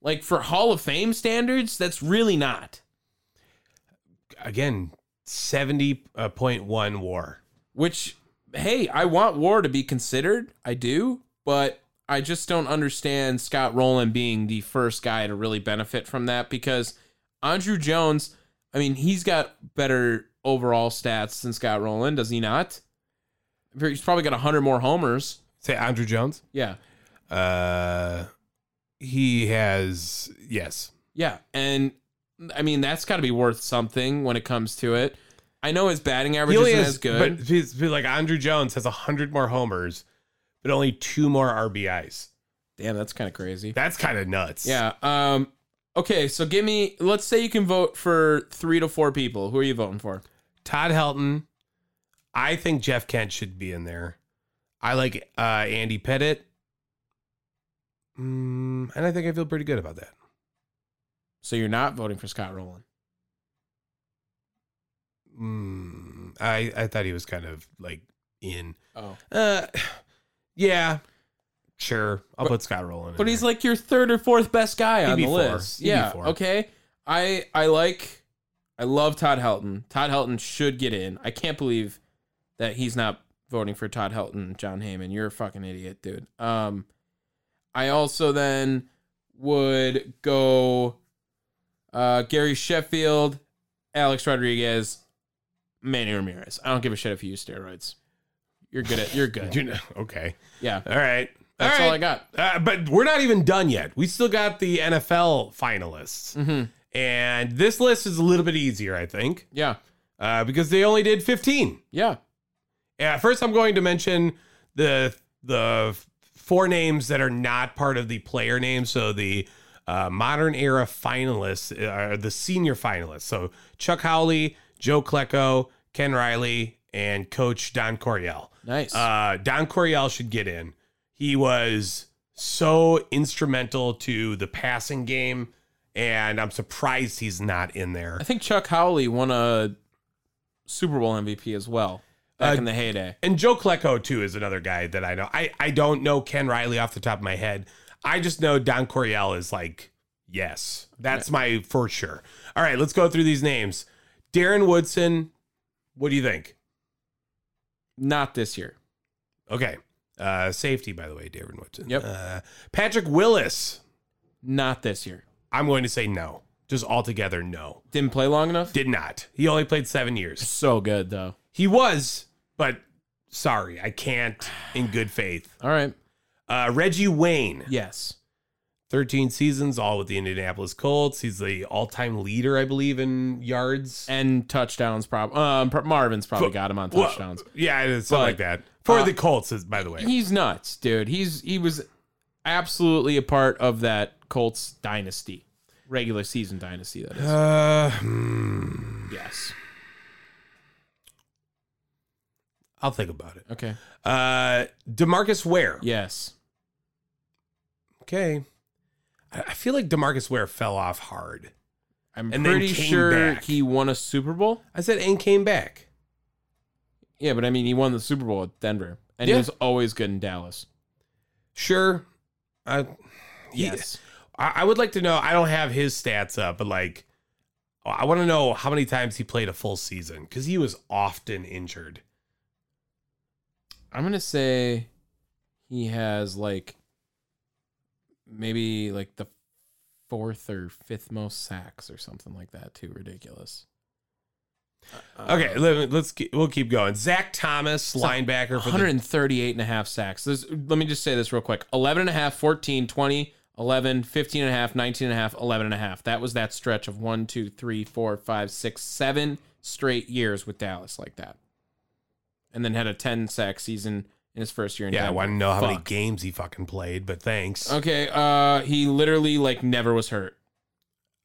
Speaker 1: Like for Hall of Fame standards, that's really not.
Speaker 3: again 70.1 war
Speaker 1: Which hey, I want WAR to be considered. I do, but I just don't understand Scott Rowland being the first guy to really benefit from that because Andrew Jones, I mean, he's got better overall stats than Scott Rowland, does he not? He's probably got 100 more homers.
Speaker 3: say andrew jones
Speaker 1: Yeah.
Speaker 3: uh he has yes
Speaker 1: Yeah, and I mean that's got to be worth something when it comes to it. I know his batting average isn't
Speaker 3: has-
Speaker 1: as good.
Speaker 3: but he's, he's like andrew jones has 100 more homers but only two more rbis
Speaker 1: Damn, that's kind of crazy.
Speaker 3: that's kind of nuts
Speaker 1: Yeah. Um. Okay, so give me. Let's say you can vote for three to four people. Who are you voting for?
Speaker 3: todd helton i think jeff kent should be in there i like uh andy pettit Mm, and i think i feel pretty good about that
Speaker 1: So you're not voting for Scott Rowland.
Speaker 3: Mm, i i thought he was kind of like in
Speaker 1: Oh,
Speaker 3: Uh, yeah, sure. I'll
Speaker 1: But-
Speaker 3: put Scott Rowland.
Speaker 1: but
Speaker 3: in
Speaker 1: he's
Speaker 3: there.
Speaker 1: like your third or fourth best guy
Speaker 3: He'd
Speaker 1: on
Speaker 3: be
Speaker 1: the
Speaker 3: E four.
Speaker 1: list.
Speaker 3: He'd be
Speaker 1: Yeah.
Speaker 3: four.
Speaker 1: Okay. I I like. I love Todd Helton. Todd Helton should get in. I can't believe that he's not voting for Todd Helton, John Heyman. You're a fucking idiot, dude. Um, I also then would go uh, Gary Sheffield, Alex Rodriguez, Manny Ramirez. I don't give a shit if you use steroids. You're good at you're good.
Speaker 3: You know, okay.
Speaker 1: Yeah.
Speaker 3: All right.
Speaker 1: That's
Speaker 3: all,
Speaker 1: all I got.
Speaker 3: Uh, but we're not even done yet. We still got the NFL finalists,
Speaker 1: Mhm.
Speaker 3: and this list is a little bit easier, I think,
Speaker 1: Yeah.
Speaker 3: uh, because they only did fifteen.
Speaker 1: Yeah.
Speaker 3: Yeah. First, I'm going to mention the the four names that are not part of the player name. So the uh, modern era finalists uh, are the senior finalists. So Chuck Howley, Joe Klecko, Ken Riley, and Coach Don Coryell.
Speaker 1: Nice.
Speaker 3: Uh, Don Coryell should get in. He was so instrumental to the passing game, and I'm surprised he's not in there.
Speaker 1: I think Chuck Howley won a Super Bowl MVP as well back
Speaker 3: Uh,
Speaker 1: in the heyday.
Speaker 3: And Joe Klecko too is another guy that I know. I I don't know Ken Riley off the top of my head. I just know Don Coryell is like yes, that's my for sure. All right, let's go through these names. Darren Woodson, what do you think?
Speaker 1: Not this year.
Speaker 3: Okay, uh, safety by the way, Darren Woodson.
Speaker 1: Yep.
Speaker 3: Uh, Patrick Willis,
Speaker 1: Not this year.
Speaker 3: I'm going to say no. Just altogether, no.
Speaker 1: Didn't play long enough.
Speaker 3: Did not. He only played seven years.
Speaker 1: So good though.
Speaker 3: He was, but sorry, I can't in good faith.
Speaker 1: All right.
Speaker 3: Uh, Reggie Wayne,
Speaker 1: Yes.
Speaker 3: 13 seasons, all with the Indianapolis Colts. He's the all time leader, I believe, in yards.
Speaker 1: And touchdowns. Prob- um, pro- Marvin's probably got him on
Speaker 3: Well,
Speaker 1: touchdowns.
Speaker 3: yeah, it's something
Speaker 1: But,
Speaker 3: like that. For
Speaker 1: uh,
Speaker 3: the Colts, is- by the way.
Speaker 1: He's nuts, dude. He's he was absolutely a part of that Colts dynasty, regular season dynasty. That is.
Speaker 3: Uh, hmm.
Speaker 1: yes.
Speaker 3: I'll think about it.
Speaker 1: Okay.
Speaker 3: Uh, Demarcus Ware.
Speaker 1: Yes.
Speaker 3: Okay. I I feel like Demarcus Ware fell off hard.
Speaker 1: I'm
Speaker 3: And then
Speaker 1: pretty
Speaker 3: came
Speaker 1: sure
Speaker 3: back.
Speaker 1: he won a Super Bowl.
Speaker 3: I said and came back.
Speaker 1: Yeah, but I mean, he won the Super Bowl at Denver, and
Speaker 3: Yeah.
Speaker 1: he was always good in Dallas.
Speaker 3: Sure. I, he-
Speaker 1: Yes.
Speaker 3: I I would like to know. I don't have his stats up, but like, I want to know how many times he played a full season because he was often injured.
Speaker 1: I'm gonna say he has like maybe like the fourth or fifth most sacks or something like that. Too ridiculous.
Speaker 3: Uh, Okay, let, me- let's ke- we'll keep going. Zach Thomas, linebacker for the
Speaker 1: 138 and a half sacks. There's, let me just say this real quick 11 and a half, 14, 20, 11, 15 and a half, 19 and a half, 11 and a half. That was that stretch of one, two, three, four, five, six, seven straight years with Dallas like that. And then had a 10 sack season in his first year in
Speaker 3: yeah. I
Speaker 1: Denver.
Speaker 3: want to know how many
Speaker 1: Fuck.
Speaker 3: games he fucking played, but thanks.
Speaker 1: Okay, uh he literally like never was hurt.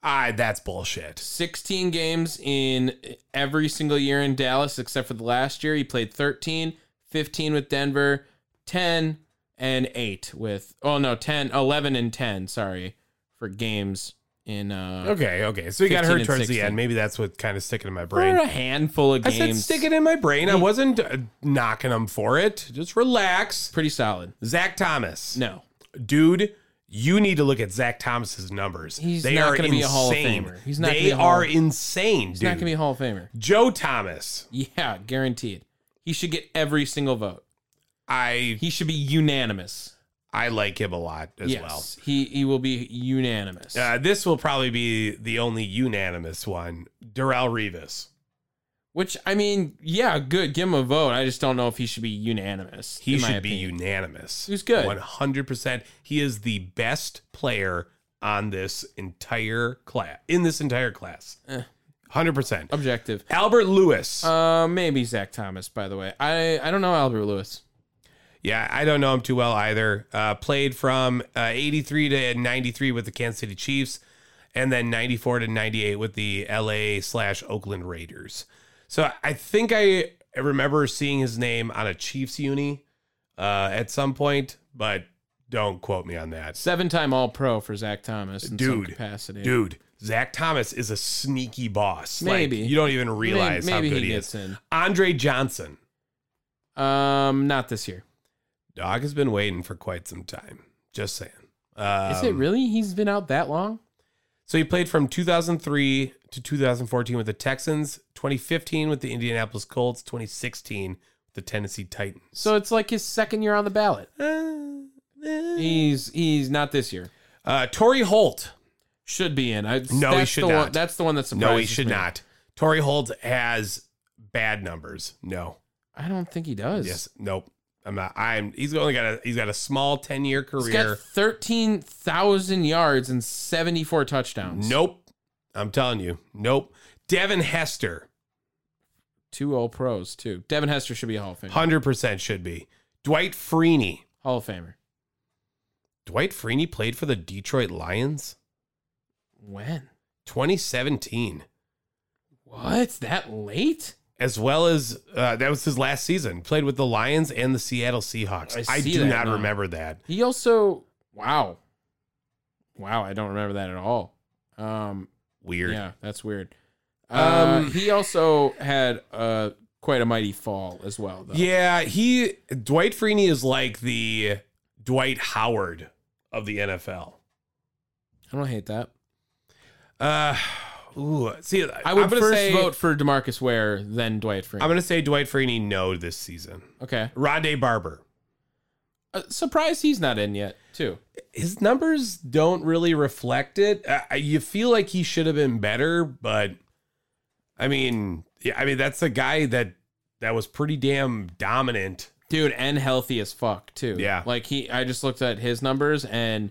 Speaker 3: I that's bullshit.
Speaker 1: 16 games in every single year in Dallas except for the last year. He played 13, 15 with Denver, 10 and 8 with oh no, 10, 11 and 10, sorry, for games in uh
Speaker 3: Okay, okay. So he got
Speaker 1: 15
Speaker 3: hurt
Speaker 1: and
Speaker 3: towards the
Speaker 1: 16.
Speaker 3: end. Maybe that's what kind of sticking in my
Speaker 1: for
Speaker 3: brain.
Speaker 1: a handful of
Speaker 3: I
Speaker 1: games.
Speaker 3: said stick it in my brain. I wasn't uh, knocking him for it. Just relax.
Speaker 1: Pretty solid.
Speaker 3: Zach Thomas.
Speaker 1: No.
Speaker 3: dude, you need to look at Zach Thomas's numbers.
Speaker 1: He's
Speaker 3: they
Speaker 1: not
Speaker 3: are
Speaker 1: gonna be a Hall of
Speaker 3: insane.
Speaker 1: Famer. He's not
Speaker 3: They
Speaker 1: gonna be a Hall-
Speaker 3: are insane,
Speaker 1: He's
Speaker 3: dude.
Speaker 1: not going to be a Hall of Famer.
Speaker 3: Joe Thomas.
Speaker 1: Yeah, guaranteed. He should get every single vote.
Speaker 3: I
Speaker 1: He should be unanimous.
Speaker 3: I like him a lot as
Speaker 1: yes.
Speaker 3: well.
Speaker 1: He he will be unanimous.
Speaker 3: Uh, this will probably be the only unanimous one. Darrell Revis.
Speaker 1: Which I mean, yeah, good. Give him a vote. I just don't know if he should be unanimous.
Speaker 3: He
Speaker 1: in my
Speaker 3: should be
Speaker 1: opinion.
Speaker 3: unanimous.
Speaker 1: He's good.
Speaker 3: 100%. He is the best player on this entire class. In this entire class. 100%.
Speaker 1: objective.
Speaker 3: Albert Lewis.
Speaker 1: Eh. Uh, maybe Zach Thomas. By the way, I I don't know Albert Lewis.
Speaker 3: Yeah, I don't know him too well either. Uh, played from uh, 83 to 93 with the Kansas City Chiefs, and then 94 to 98 with the LA slash Oakland Raiders. So I think I remember seeing his name on a Chiefs uni uh, at some point, but don't quote me on that.
Speaker 1: Seven-time All-Pro for Zach Thomas in some
Speaker 3: Dude,
Speaker 1: capacity.
Speaker 3: dude, Zach Thomas is a sneaky boss. Like,
Speaker 1: Maybe.
Speaker 3: you don't even realize
Speaker 1: maybe,
Speaker 3: how good
Speaker 1: he
Speaker 3: he,
Speaker 1: gets
Speaker 3: is.
Speaker 1: in.
Speaker 3: Andre Johnson.
Speaker 1: Um, not this year.
Speaker 3: Dog has been waiting for quite some time. Just saying.
Speaker 1: Is it
Speaker 3: Um,
Speaker 1: really? He's been out that long?
Speaker 3: So he played from 2003 to 2014 with the Texans, 2015 with the Indianapolis Colts, 2016 with the Tennessee Titans.
Speaker 1: So it's like his second year on the ballot. Eh.
Speaker 3: uh,
Speaker 1: He's he's not this year.
Speaker 3: Torrey Holt.
Speaker 1: Should be in. I,
Speaker 3: No, he
Speaker 1: that's
Speaker 3: should
Speaker 1: the one-
Speaker 3: not.
Speaker 1: that's the one that surprises
Speaker 3: No, he should
Speaker 1: me.
Speaker 3: not. Torrey Holt has bad numbers. No.
Speaker 1: I don't think he does.
Speaker 3: Yes. Nope. I'm not. I'm. He's only got a. He's got a small 10 year
Speaker 1: He's got
Speaker 3: career.
Speaker 1: 13,000 yards and 74 touchdowns.
Speaker 3: Nope. I'm telling you. Nope. Devin Hester,
Speaker 1: Two All Pros, too. Devin Hester should be a Hall of Famer.
Speaker 3: 100% should be. Dwight Freeney.
Speaker 1: Hall of Famer.
Speaker 3: Dwight Freeney played for the Detroit Lions.
Speaker 1: When?
Speaker 3: 2017,
Speaker 1: What? That late?
Speaker 3: as well as uh, that was his last season. Played with the Lions and the Seattle Seahawks.
Speaker 1: I
Speaker 3: I,
Speaker 1: see
Speaker 3: do
Speaker 1: that
Speaker 3: not
Speaker 1: now.
Speaker 3: remember that.
Speaker 1: He also. Wow. Wow, I don't remember that at all. Um,
Speaker 3: Weird.
Speaker 1: yeah, that's weird. Uh,
Speaker 3: Um,
Speaker 1: he also had uh, quite a mighty fall as well, though.
Speaker 3: Yeah, he Dwight Freeney is like the Dwight Howard of the NFL.
Speaker 1: I don't hate that.
Speaker 3: Uh, ooh, see,
Speaker 1: I would
Speaker 3: am gonna
Speaker 1: first
Speaker 3: say,
Speaker 1: vote for Demarcus Ware, then Dwight Freeney.
Speaker 3: I'm going to say Dwight Freeney no this season.
Speaker 1: okay.
Speaker 3: Rondé Barber.
Speaker 1: Uh, surprised he's not in yet, too.
Speaker 3: his numbers don't really reflect it. Uh, you feel like he should have been better, but I mean, yeah, I mean that's a guy that that was pretty damn dominant.
Speaker 1: Dude, and healthy as fuck, too.
Speaker 3: Yeah.
Speaker 1: Like, he, I just looked at his numbers and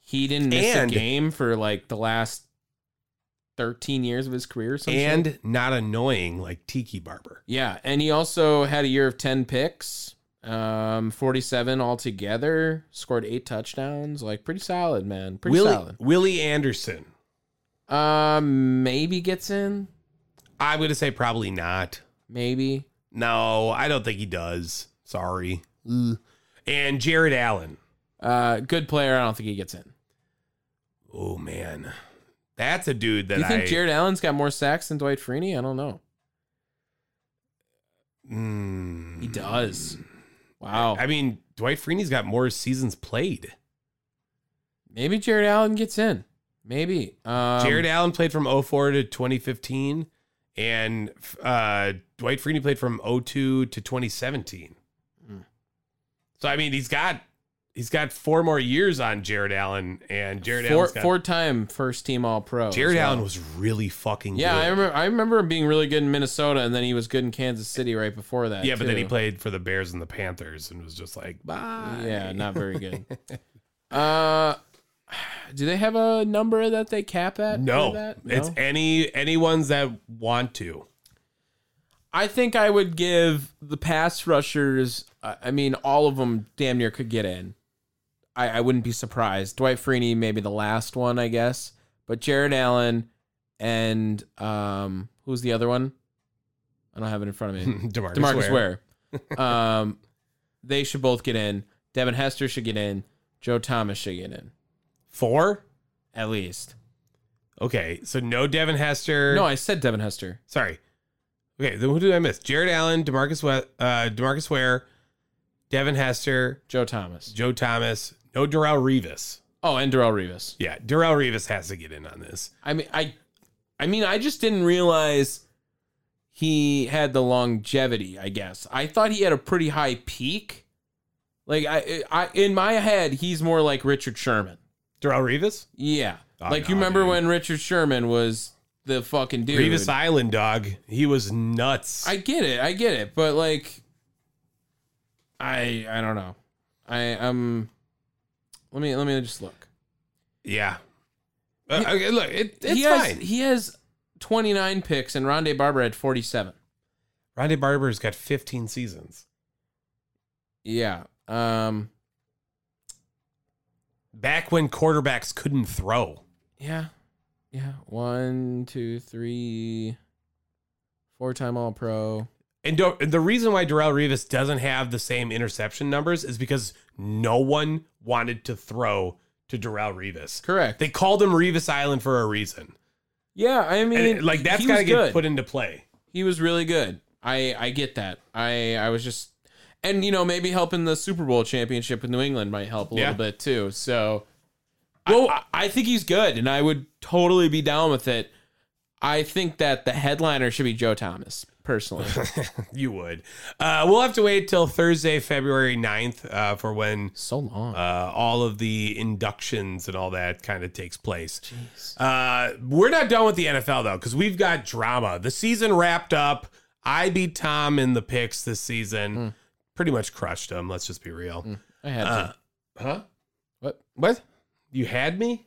Speaker 1: he didn't miss
Speaker 3: And-
Speaker 1: a game for like the last 13 years of his career. Or some shit.
Speaker 3: and not annoying like Tiki Barber.
Speaker 1: Yeah, and he also had a year of 10 picks, um, 47 altogether, scored eight touchdowns. Like, pretty solid, man. Pretty
Speaker 3: Willie,
Speaker 1: solid.
Speaker 3: Willie Anderson.
Speaker 1: Um, maybe gets in.
Speaker 3: I'm gonna say probably not.
Speaker 1: Maybe.
Speaker 3: No, I don't think he does. Sorry. And Jared Allen.
Speaker 1: Uh, good player. I don't think he gets in.
Speaker 3: Oh man, that's a dude that
Speaker 1: Do you think
Speaker 3: I.
Speaker 1: Jared Allen's got more sacks than Dwight Freeney? I don't know.
Speaker 3: Mm.
Speaker 1: He does. Wow.
Speaker 3: I mean, Dwight Freeney's got more seasons played.
Speaker 1: maybe Jared Allen gets in. Maybe. Um,
Speaker 3: Jared Allen played from 04 to 2015, and uh, Dwight Freeney played from 02 to 2017.
Speaker 1: Mm.
Speaker 3: So I mean, he's got he's got four more years on Jared Allen, and Jared
Speaker 1: four,
Speaker 3: Allen's got-
Speaker 1: four-time first-team All-Pro. as
Speaker 3: Jared
Speaker 1: well.
Speaker 3: Allen was really fucking
Speaker 1: Yeah,
Speaker 3: good.
Speaker 1: I remember. I remember him being really good in Minnesota, and then he was good in Kansas City right before that.
Speaker 3: yeah, but then he
Speaker 1: too.
Speaker 3: played for the Bears and the Panthers, and was just like, bye.
Speaker 1: Yeah, not very good. uh, do they have a number that they cap at? for
Speaker 3: No,
Speaker 1: that?
Speaker 3: it's any any ones that want to.
Speaker 1: I think I would give the pass rushers. I I mean, all of them damn near could get in. I, I wouldn't be surprised. Dwight Freeney, maybe the last one, I guess. But Jared Allen and um, who's the other one? I don't have it in front of me.
Speaker 3: Demarcus,
Speaker 1: Demarcus
Speaker 3: Ware.
Speaker 1: Ware. um, they should both get in. Devin Hester should get in. Joe Thomas should get in,
Speaker 3: four.
Speaker 1: at least.
Speaker 3: Okay, so no Devin Hester.
Speaker 1: No, I said Devin Hester.
Speaker 3: Sorry. Okay, then who did I miss? Jared Allen, Demarcus West, uh, Demarcus Ware, Devin Hester,
Speaker 1: Joe Thomas.
Speaker 3: Joe Thomas. No Darrell Revis.
Speaker 1: Oh, and Darrell Revis.
Speaker 3: Yeah, Darrell Revis has to get in on this.
Speaker 1: I mean, I, I mean, I just didn't realize he had the longevity. I guess I thought he had a pretty high peak. Like I, I in my head, he's more like Richard Sherman.
Speaker 3: Darrell Revis,
Speaker 1: Yeah,
Speaker 3: Oh,
Speaker 1: like
Speaker 3: no,
Speaker 1: you remember
Speaker 3: dude.
Speaker 1: when Richard Sherman was the fucking dude.
Speaker 3: Revis Island dog. He was nuts.
Speaker 1: I get it, I get it, but like, I, I don't know. I um, let me let me just look.
Speaker 3: yeah. Uh, okay, look, it, it's
Speaker 1: he
Speaker 3: fine.
Speaker 1: has he has twenty nine picks, and Rondé Barber had forty seven.
Speaker 3: Rondé Barber's got 15 seasons.
Speaker 1: Yeah. Um.
Speaker 3: Back when quarterbacks couldn't throw.
Speaker 1: Yeah. Yeah. One, two, three, four-time All-Pro.
Speaker 3: And, don't, and the reason why Darrell Revis doesn't have the same interception numbers is because no one wanted to throw to Darrell Revis.
Speaker 1: Correct.
Speaker 3: They called him Revis Island for a reason.
Speaker 1: yeah, I mean,
Speaker 3: And it- like that's
Speaker 1: he
Speaker 3: got
Speaker 1: was
Speaker 3: to get
Speaker 1: good.
Speaker 3: put into play.
Speaker 1: He was really good. I I get that. I I was just, and you know, maybe helping the Super Bowl championship with New England might help a
Speaker 3: Yeah.
Speaker 1: little bit too. So, well, I, I think he's good, and I would totally be down with it. I think that the headliner should be Joe Thomas, personally.
Speaker 3: You would. Uh, we'll have to wait till Thursday, February 9th uh, for when
Speaker 1: so long.
Speaker 3: uh, all of the inductions and all that kind of takes place. Uh, we're not done with the NFL though, because we've got drama. The season wrapped up. I beat Tom in the picks this season. Pretty much crushed him. Let's just be real.
Speaker 1: I had to.
Speaker 3: Uh, huh?
Speaker 1: What?
Speaker 3: What? You had me?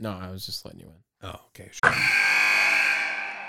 Speaker 1: No, I was just letting you in.
Speaker 3: Oh, okay. Sure.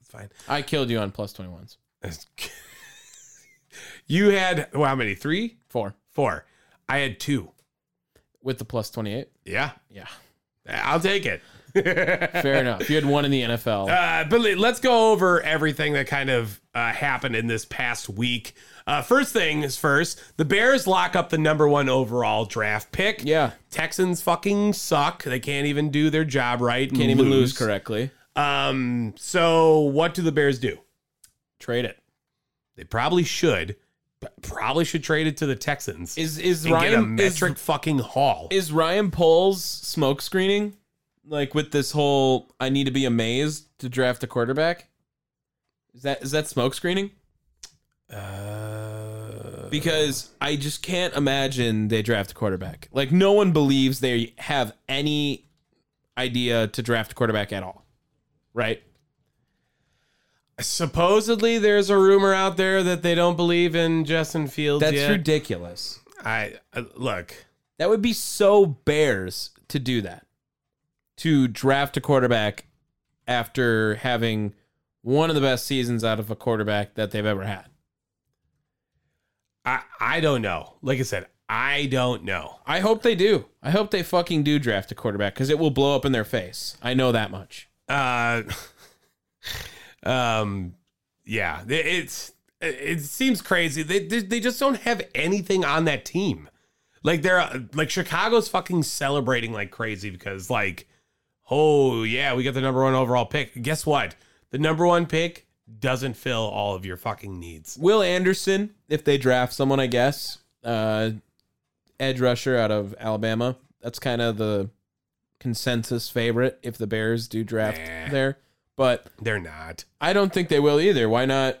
Speaker 3: That's fine.
Speaker 1: I killed you on plus 21s.
Speaker 3: you had well, how many? Three?
Speaker 1: Four.
Speaker 3: Four. I had two.
Speaker 1: With the plus 28?
Speaker 3: Yeah.
Speaker 1: Yeah.
Speaker 3: I'll take it.
Speaker 1: Fair enough. You had one in the NFL.
Speaker 3: Uh, but le- let's go over everything that kind of uh, happened in this past week. Uh, first thing is first, the Bears lock up the number one overall draft pick.
Speaker 1: Yeah.
Speaker 3: Texans fucking suck. They can't even do their job right.
Speaker 1: Can't even lose correctly.
Speaker 3: Um, so what do the Bears do?
Speaker 1: Trade it.
Speaker 3: They probably should. but Probably should trade it to the Texans.
Speaker 1: Is is
Speaker 3: and get a
Speaker 1: Ryan is,
Speaker 3: metric fucking haul.
Speaker 1: is Ryan Poles smoke screening? Like with this whole I need to be amazed to draft a quarterback? Is that is that smoke screening?
Speaker 3: Uh,
Speaker 1: because I just can't imagine they draft a quarterback. Like no one believes they have any idea to draft a quarterback at all. Right?
Speaker 3: Supposedly, there's a rumor out there that they don't believe in Justin Fields.
Speaker 1: That's
Speaker 3: yet.
Speaker 1: ridiculous.
Speaker 3: I uh, look.
Speaker 1: That would be so bears to do that. To draft a quarterback after having one of the best seasons out of a quarterback that they've ever had.
Speaker 3: I I don't know. Like I said, I don't know.
Speaker 1: I hope they do. I hope they fucking do draft a quarterback because it will blow up in their face. I know that much.
Speaker 3: Uh, um, yeah, it- it's it- it seems crazy. They they they just don't have anything on that team. Like they're uh, like Chicago's fucking celebrating like crazy because like, oh yeah, we got the number one overall pick. Guess what? The number one pick doesn't fill all of your fucking needs.
Speaker 1: Will Anderson, if they draft someone, I guess, uh, edge rusher out of Alabama. That's kind of the consensus favorite if the Bears do draft there. But
Speaker 3: They're not.
Speaker 1: I don't think they will either. Why not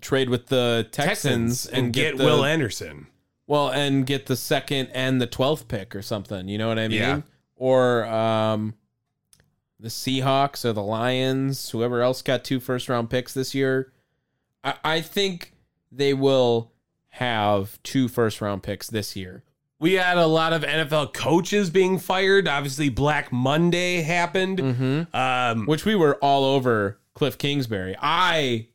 Speaker 1: trade with the Texans,
Speaker 3: and, get,
Speaker 1: the,
Speaker 3: Will Anderson.
Speaker 1: well and get the second and the twelfth pick or something? You know what I mean?
Speaker 3: Yeah.
Speaker 1: Or um, the Seahawks or the Lions, whoever else got two first round picks this year. I, I think they will have two first round picks this year.
Speaker 3: We had a lot of NFL coaches being fired. Obviously, Black Monday happened. Um,
Speaker 1: which we were all over Cliff Kingsbury. I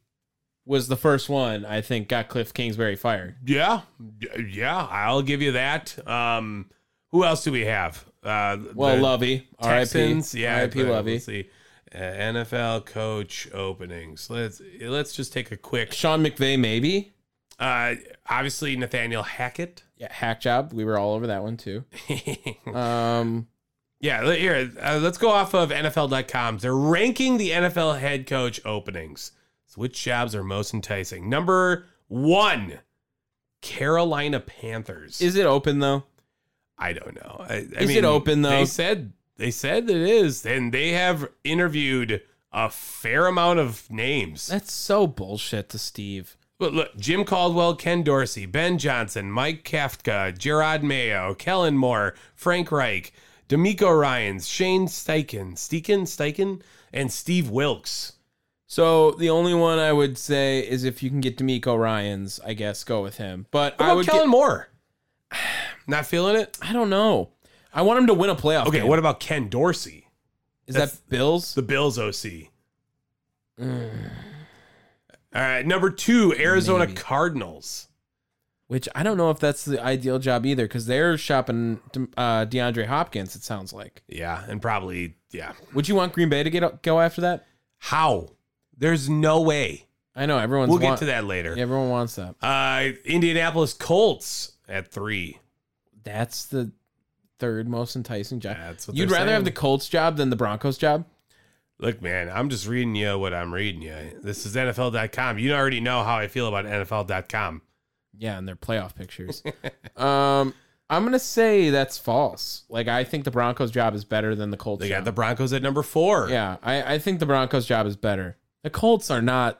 Speaker 1: was the first one I think got Cliff Kingsbury fired.
Speaker 3: yeah, y- yeah, I'll give you that. Um, who else do we have? Uh,
Speaker 1: Well,
Speaker 3: the
Speaker 1: Lovey, R.I.P.
Speaker 3: Texans. Yeah,
Speaker 1: R.I.P.
Speaker 3: but
Speaker 1: Lovey.
Speaker 3: Let's see, uh, NFL coach openings. Let's let's just take a quick.
Speaker 1: Sean McVay, maybe.
Speaker 3: Uh, obviously, Nathaniel Hackett.
Speaker 1: Yeah, hack job. We were all over that one too. Um,
Speaker 3: Yeah, let- here, uh, let's go off of NFL.com. They're ranking the NFL head coach openings. So which jobs are most enticing? Number one, Carolina Panthers.
Speaker 1: is it open though?
Speaker 3: I don't know. I, is
Speaker 1: it open, though?
Speaker 3: They said they said it is, and they have interviewed a fair amount of names.
Speaker 1: That's so bullshit to Steve.
Speaker 3: But look, Jim Caldwell, Ken Dorsey, Ben Johnson, Mike Kafka, Gerard Mayo, Kellen Moore, Frank Reich, D'Amico Ryans, Shane Steichen, Steichen, Steichen, and Steve Wilkes.
Speaker 1: So the only one I would say is if you can get D'Amico Ryan's, I guess go with him. But
Speaker 3: What
Speaker 1: I
Speaker 3: about
Speaker 1: would
Speaker 3: Kellen
Speaker 1: get,
Speaker 3: Moore? Not feeling it?
Speaker 1: I don't know. I want him to win a playoff.
Speaker 3: Okay,
Speaker 1: game.
Speaker 3: what about Ken Dorsey,
Speaker 1: is
Speaker 3: that's-
Speaker 1: that? Bills.
Speaker 3: the Bills OC? All right, number two, Arizona Cardinals.
Speaker 1: Which I don't know if that's the ideal job either, because they're shopping uh, DeAndre Hopkins. It sounds like.
Speaker 3: Yeah, and probably, yeah.
Speaker 1: Would you want Green Bay to get go after that?
Speaker 3: How? There's no way.
Speaker 1: I know everyone's.
Speaker 3: We'll get
Speaker 1: want-
Speaker 3: to that later.
Speaker 1: Everyone wants that.
Speaker 3: Uh, Indianapolis Colts at three.
Speaker 1: That's the third most enticing job.
Speaker 3: That's what
Speaker 1: You'd
Speaker 3: they're
Speaker 1: rather have the
Speaker 3: saying.
Speaker 1: Colts job than the Broncos job.
Speaker 3: Look, man, I'm just reading you what I'm reading you. This is NFL.com. You already know how I feel about NFL.com.
Speaker 1: Yeah, and their playoff pictures. um, I'm gonna say that's false. Like I think the Broncos job is better than the Colts.
Speaker 3: They got
Speaker 1: job.
Speaker 3: the Broncos at number four.
Speaker 1: Yeah, I, I think the Broncos job is better. The Colts are not.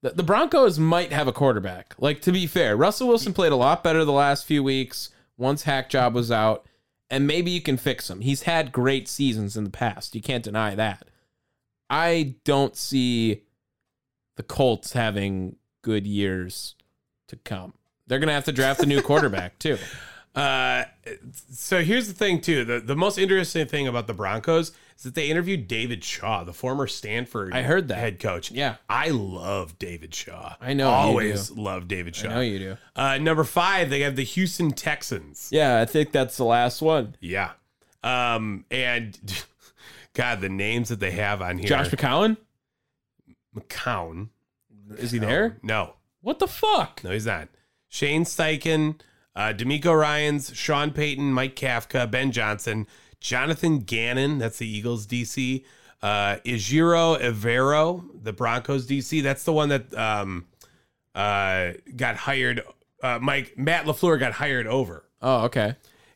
Speaker 1: The, the Broncos might have a quarterback. Like to be fair, Russell Wilson played a lot better the last few weeks once Hack Job was out, and maybe you can fix him. He's had great seasons in the past. You can't deny that. I don't see the Colts having good years to come. They're gonna have to draft a new quarterback too.
Speaker 3: Uh, so here's the thing, too. The, the most interesting thing about the Broncos is that they interviewed David Shaw, the former Stanford
Speaker 1: I heard that.
Speaker 3: head coach.
Speaker 1: Yeah.
Speaker 3: I love David Shaw.
Speaker 1: I know you
Speaker 3: Always love David
Speaker 1: I
Speaker 3: Shaw.
Speaker 1: know you do.
Speaker 3: Uh, number five, they have the Houston Texans.
Speaker 1: Yeah, I think that's the last one.
Speaker 3: Yeah. Um, and God, the names that they have on here.
Speaker 1: Josh McCown?
Speaker 3: McCown.
Speaker 1: Is he there?
Speaker 3: No,
Speaker 1: What the fuck?
Speaker 3: no, he's not. Shane Steichen, uh, D'Amico Ryans, Sean Payton, Mike Kafka, Ben Johnson, Jonathan Gannon. That's the Eagles DC. Uh, Ijiro Evero, the Broncos DC. That's the one that um, uh, got hired. Uh, Mike Matt Lafleur got hired over.
Speaker 1: Oh, okay.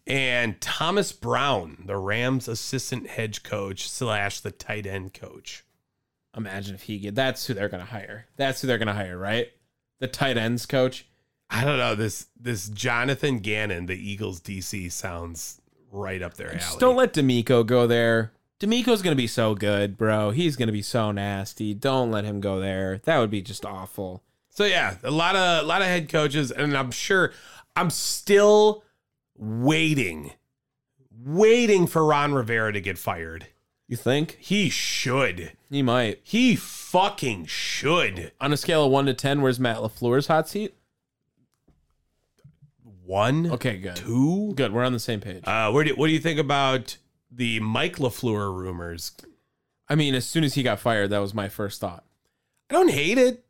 Speaker 3: and Thomas Brown, the Rams' assistant head coach slash the tight end coach.
Speaker 1: Imagine if he get that's who they're gonna hire. That's who they're gonna hire, right? The tight ends coach.
Speaker 3: I don't know this this Jonathan Gannon, the Eagles DC, sounds right up their alley.
Speaker 1: Just don't let D'Amico go there. D'Amico's gonna be so good, bro. He's gonna be so nasty. Don't let him go there. That would be just awful.
Speaker 3: so yeah, a lot of a lot of head coaches, and I'm sure I'm still waiting, waiting for Ron Rivera to get fired.
Speaker 1: You think?
Speaker 3: He should.
Speaker 1: He might.
Speaker 3: He fucking should.
Speaker 1: On a scale of one to ten, where's Matt LaFleur's hot seat?
Speaker 3: One,
Speaker 1: Okay, good.
Speaker 3: two,
Speaker 1: Good. We're on the same page.
Speaker 3: Uh, where do, what do you think about the Mike LaFleur rumors?
Speaker 1: I mean, as soon as he got fired, that was my first thought.
Speaker 3: I don't hate it.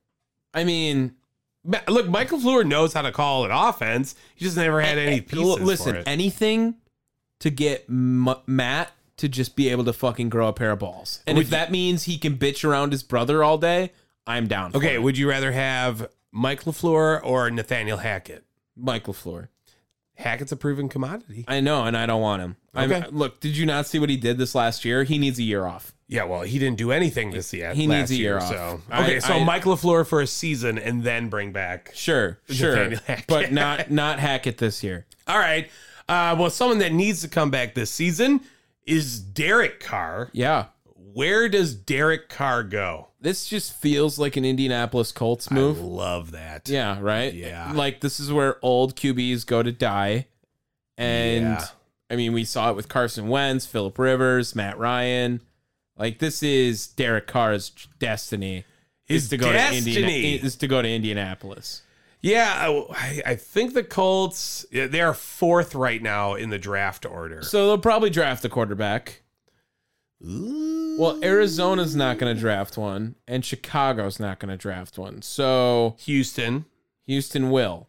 Speaker 1: I mean,
Speaker 3: Ma- Look, Mike LaFleur knows how to call an offense. He just never had any
Speaker 1: eh,
Speaker 3: pieces
Speaker 1: l- listen,
Speaker 3: for it.
Speaker 1: anything to get M- Matt to just be able to fucking grow a pair of balls, and
Speaker 3: Would
Speaker 1: if that means he can bitch around his brother all day, I'm down. for
Speaker 3: okay,
Speaker 1: it.
Speaker 3: would you rather have Mike LaFleur or Nathaniel Hackett?
Speaker 1: Mike LaFleur.
Speaker 3: Hackett's a proven commodity.
Speaker 1: I know, and I don't want him. I'm-
Speaker 3: Okay.
Speaker 1: look, did you not see what he did this last year? He needs a year off.
Speaker 3: Yeah, well, he didn't do anything this year.
Speaker 1: He
Speaker 3: last
Speaker 1: needs a year off.
Speaker 3: So.
Speaker 1: I-
Speaker 3: Okay, so
Speaker 1: I-
Speaker 3: Mike LaFleur for a season and then bring back.
Speaker 1: Sure, sure,
Speaker 3: Nathaniel Hackett.
Speaker 1: but not not Hackett this year.
Speaker 3: All right. Uh, well, someone that needs to come back this season is Derek Carr.
Speaker 1: Yeah,
Speaker 3: Where does Derek Carr go?
Speaker 1: this just feels like an Indianapolis Colts
Speaker 3: I
Speaker 1: move.
Speaker 3: love that.
Speaker 1: Yeah, right?
Speaker 3: Yeah.
Speaker 1: Like this is where old QBs go to die. And
Speaker 3: Yeah.
Speaker 1: I mean, we saw it with Carson Wentz, Philip Rivers, Matt Ryan. Like this is Derek Carr's destiny.
Speaker 3: His
Speaker 1: is to go to
Speaker 3: destiny.
Speaker 1: Indiana- is to go to Indianapolis.
Speaker 3: Yeah, I, I think the Colts yeah, they are fourth right now in the draft order.
Speaker 1: So they'll probably draft the quarterback. Well, Arizona's not going to draft one, and Chicago's not going to draft one. So
Speaker 3: Houston,
Speaker 1: Houston will.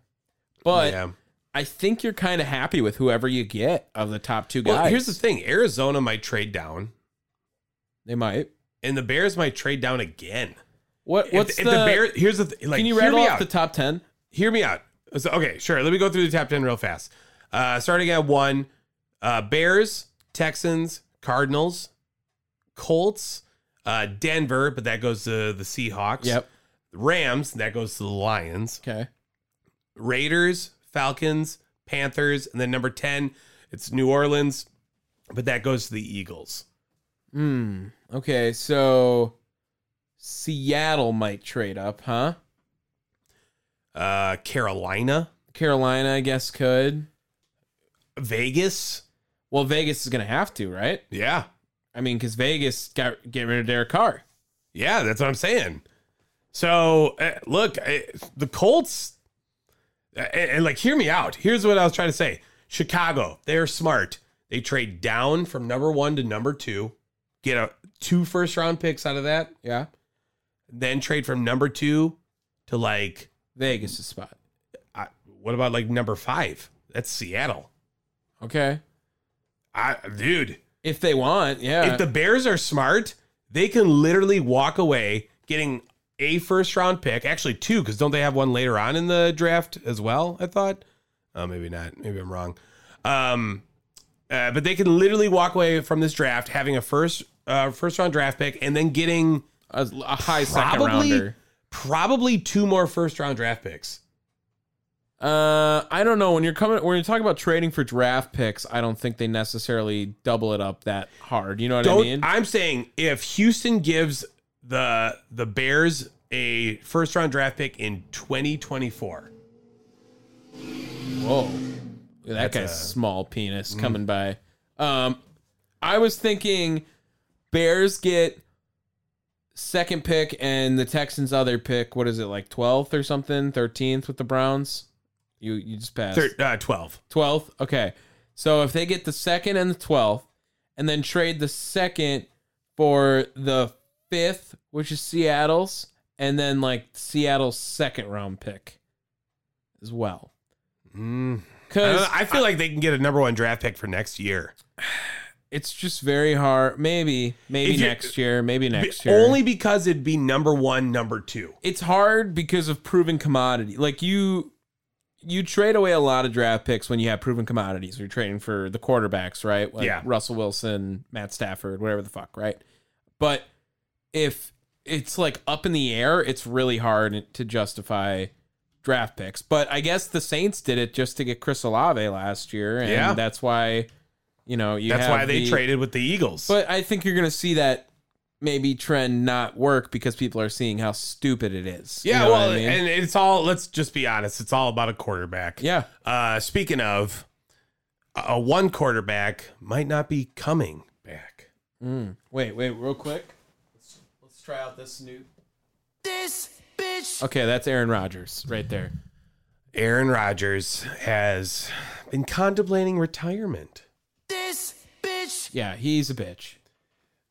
Speaker 1: But
Speaker 3: yeah.
Speaker 1: I think you're kind of happy with whoever you get of the top two guys.
Speaker 3: Well, here's the thing: Arizona might trade down,
Speaker 1: they might.
Speaker 3: and the Bears might trade down again.
Speaker 1: What
Speaker 3: If-
Speaker 1: what's
Speaker 3: if
Speaker 1: the,
Speaker 3: Bears? Here's the th- like.
Speaker 1: Can you
Speaker 3: hear
Speaker 1: rattle
Speaker 3: me
Speaker 1: off
Speaker 3: out.
Speaker 1: the top ten?
Speaker 3: hear me out. So, okay, sure. Let me go through the top ten real fast. Uh, starting at one, uh, Bears, Texans, Cardinals, Colts, uh, Denver, but that goes to the Seahawks. Rams, that goes to the Lions.
Speaker 1: Okay.
Speaker 3: Raiders, Falcons, Panthers, and then number 10, it's New Orleans, but that goes to the Eagles.
Speaker 1: Hmm. Okay. So Seattle might trade up, huh?
Speaker 3: Uh Carolina,
Speaker 1: Carolina, I guess, could.
Speaker 3: Vegas.
Speaker 1: Well, Vegas is gonna have to, right?
Speaker 3: Yeah.
Speaker 1: I mean, because Vegas got get rid of Derek Carr.
Speaker 3: Yeah, that's what I'm saying. So, uh, look, uh, the Colts uh, and, and, like hear me out. Here's what I was trying to say. Chicago, they're smart. They trade down from number 1 to number 2, get a two first round picks out of that,
Speaker 1: Yeah.
Speaker 3: then trade from number 2 to like
Speaker 1: Vegas is spot.
Speaker 3: I, what about like number five? That's Seattle.
Speaker 1: Okay.
Speaker 3: I, dude,
Speaker 1: If they want, yeah.
Speaker 3: if the Bears are smart, they can literally walk away getting a first round pick, actually two, because don't they have one later on in the draft as well? I thought. Oh, maybe not. Maybe I'm wrong. Um, uh, but they can literally walk away from this draft having a first uh, first round draft pick and then getting
Speaker 1: a, a high second
Speaker 3: probably
Speaker 1: rounder.
Speaker 3: probably two more first round draft picks.
Speaker 1: Uh, I don't know. When you're coming, when you're talking about trading for draft picks, I don't think they necessarily double it up that hard. You know what I mean?
Speaker 3: am saying if Houston gives the the Bears a first round draft pick in 2024,
Speaker 1: Whoa. That
Speaker 3: That's
Speaker 1: guy's
Speaker 3: a- Mm.
Speaker 1: small penis coming by. Um I was thinking Bears get second pick and the Texans other pick, what is it, like twelfth or something? Thirteenth with the Browns? You you just passed.
Speaker 3: thir- uh, 12.
Speaker 1: Twelfth? Okay. So if they get the second and the twelfth and then trade the second for the fifth, which is Seattle's, and then like Seattle's second round pick as well.
Speaker 3: Mm. I, don't
Speaker 1: Because
Speaker 3: know, I feel like they can get a number one draft pick for next year.
Speaker 1: it's just very hard. Maybe, maybe
Speaker 3: If you-
Speaker 1: next year, maybe next
Speaker 3: Be-
Speaker 1: year.
Speaker 3: Only because it'd be number one, number two.
Speaker 1: it's hard because of proven commodity. Like you you trade away a lot of draft picks when you have proven commodities. You're trading for the quarterbacks, right? Like
Speaker 3: Yeah.
Speaker 1: Russell Wilson, Matt Stafford, whatever the fuck, right? But if it's like up in the air, it's really hard to justify draft picks. But I guess the Saints did it just to get Chris Olave last year, and
Speaker 3: Yeah.
Speaker 1: that's why you know you
Speaker 3: That's
Speaker 1: have
Speaker 3: why they
Speaker 1: the-
Speaker 3: traded with the Eagles.
Speaker 1: but I think you're gonna see that maybe trend not work because people are seeing how stupid it is. You
Speaker 3: yeah,
Speaker 1: know what
Speaker 3: well,
Speaker 1: I mean?
Speaker 3: and it's all. Let's just be honest. It's all about a quarterback.
Speaker 1: yeah,
Speaker 3: Uh, speaking of, a one quarterback might not be coming back.
Speaker 1: wait, wait, real quick. Let's, let's try out this new. This bitch. Okay, that's Aaron Rodgers right there.
Speaker 3: Aaron Rodgers has been contemplating retirement.
Speaker 1: Yeah, he's a bitch.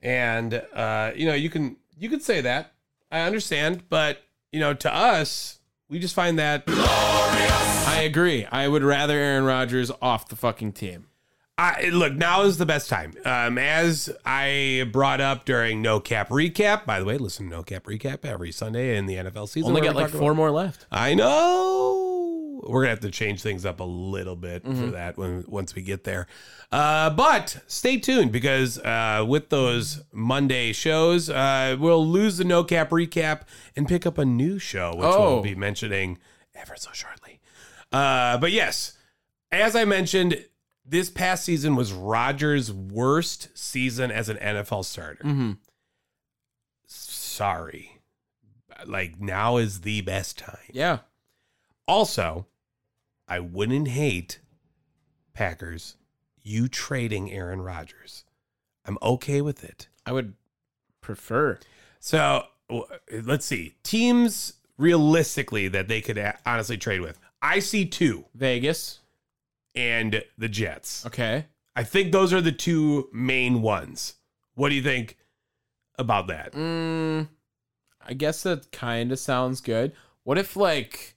Speaker 3: and uh, you know you can you can say that i understand but you know to us we just find that
Speaker 1: I agree. I would rather Aaron Rodgers off the fucking team.
Speaker 3: I, look now is the best time um, as i brought up during no cap recap by the way listen to no cap recap every sunday in the nfl season
Speaker 1: Only
Speaker 3: We're
Speaker 1: got
Speaker 3: gonna
Speaker 1: like
Speaker 3: talk
Speaker 1: four
Speaker 3: about-
Speaker 1: more left.
Speaker 3: i know we're gonna have to change things up a little bit for that when once we get there uh, but stay tuned because uh, with those monday shows uh, we'll lose the no cap recap and pick up a new show which
Speaker 1: Oh.
Speaker 3: we'll be mentioning ever so shortly uh, but yes, as I mentioned, this past season was Rodgers' worst season as an NFL starter.
Speaker 1: Mhm.
Speaker 3: Sorry. Like now is the best time.
Speaker 1: Yeah.
Speaker 3: Also, I wouldn't hate Packers you trading Aaron Rodgers. I'm okay with it.
Speaker 1: I would prefer.
Speaker 3: So w- let's see teams realistically that they could a- honestly trade with. I see two
Speaker 1: Vegas.
Speaker 3: and the Jets.
Speaker 1: Okay.
Speaker 3: I think those are the two main ones. What do you think about that?
Speaker 1: Mm, I guess that kind of sounds good. What if like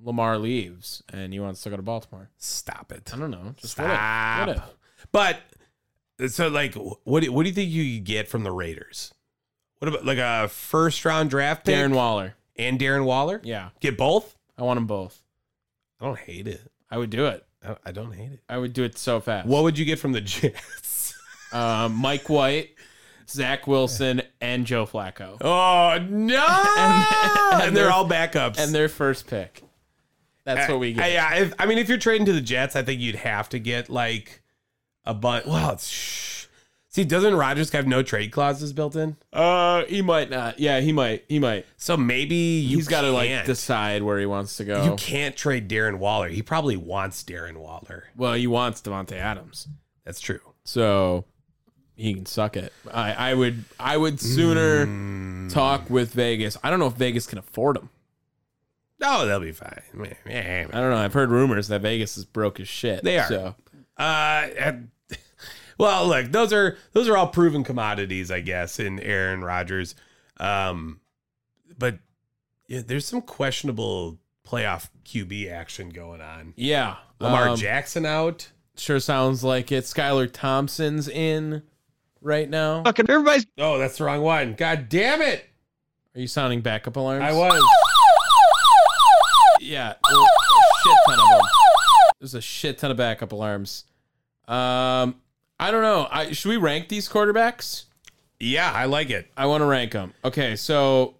Speaker 1: Lamar leaves and you wants to go to Baltimore?
Speaker 3: Stop it.
Speaker 1: I don't know. Just what if?
Speaker 3: Stop.
Speaker 1: What if?
Speaker 3: But so, like, what do, what do you think you could get from the Raiders? What about like a first round draft pick
Speaker 1: Darren Waller.
Speaker 3: and Darren Waller?
Speaker 1: Yeah,
Speaker 3: Get both?
Speaker 1: I want them both.
Speaker 3: I don't hate it.
Speaker 1: I would do it.
Speaker 3: I- I don't hate it.
Speaker 1: I would do it so fast.
Speaker 3: What would you get from the Jets?
Speaker 1: Uh, Mike White, Zach Wilson, and Joe Flacco,
Speaker 3: Oh no! and,
Speaker 1: and
Speaker 3: they're
Speaker 1: they're-
Speaker 3: all backups.
Speaker 1: and their first pick. That's what we
Speaker 3: Uh,
Speaker 1: get.
Speaker 3: yeah, if, I mean, if you're trading to the Jets, I think you'd have to get like a bunch. Well, it's, shh. see, doesn't Rogers have no trade clauses built in?
Speaker 1: Uh, he might not. Yeah, he might. He might.
Speaker 3: So maybe you
Speaker 1: He's got to like
Speaker 3: can't.
Speaker 1: decide where he wants to go.
Speaker 3: You can't trade Darren Waller. He probably wants Darren Waller.
Speaker 1: well, he wants Devonte Adams.
Speaker 3: That's true.
Speaker 1: So he can suck it. I, I would I would sooner
Speaker 3: Hmm.
Speaker 1: talk with Vegas. I don't know if Vegas can afford him.
Speaker 3: No, Oh, they'll be fine. Meh, meh, meh.
Speaker 1: I don't know. I've heard rumors that Vegas is broke as shit.
Speaker 3: They are.
Speaker 1: So
Speaker 3: Uh, and- well, look, those are those are all proven commodities, I guess, in Aaron Rodgers. Um, but yeah, there's some questionable playoff QB action going on.
Speaker 1: yeah.
Speaker 3: Lamar
Speaker 1: Um,
Speaker 3: Jackson out.
Speaker 1: Sure sounds like it. Skylar Thompson's in right now. Are
Speaker 3: Oh, that's the wrong one. God damn it!
Speaker 1: you sounding backup alarms?
Speaker 3: I was.
Speaker 1: Yeah. There's a shit ton of them. There's a shit ton of backup alarms. Um, I don't know. I should we rank these quarterbacks?
Speaker 3: Yeah, I like it.
Speaker 1: I want to rank them. Okay, so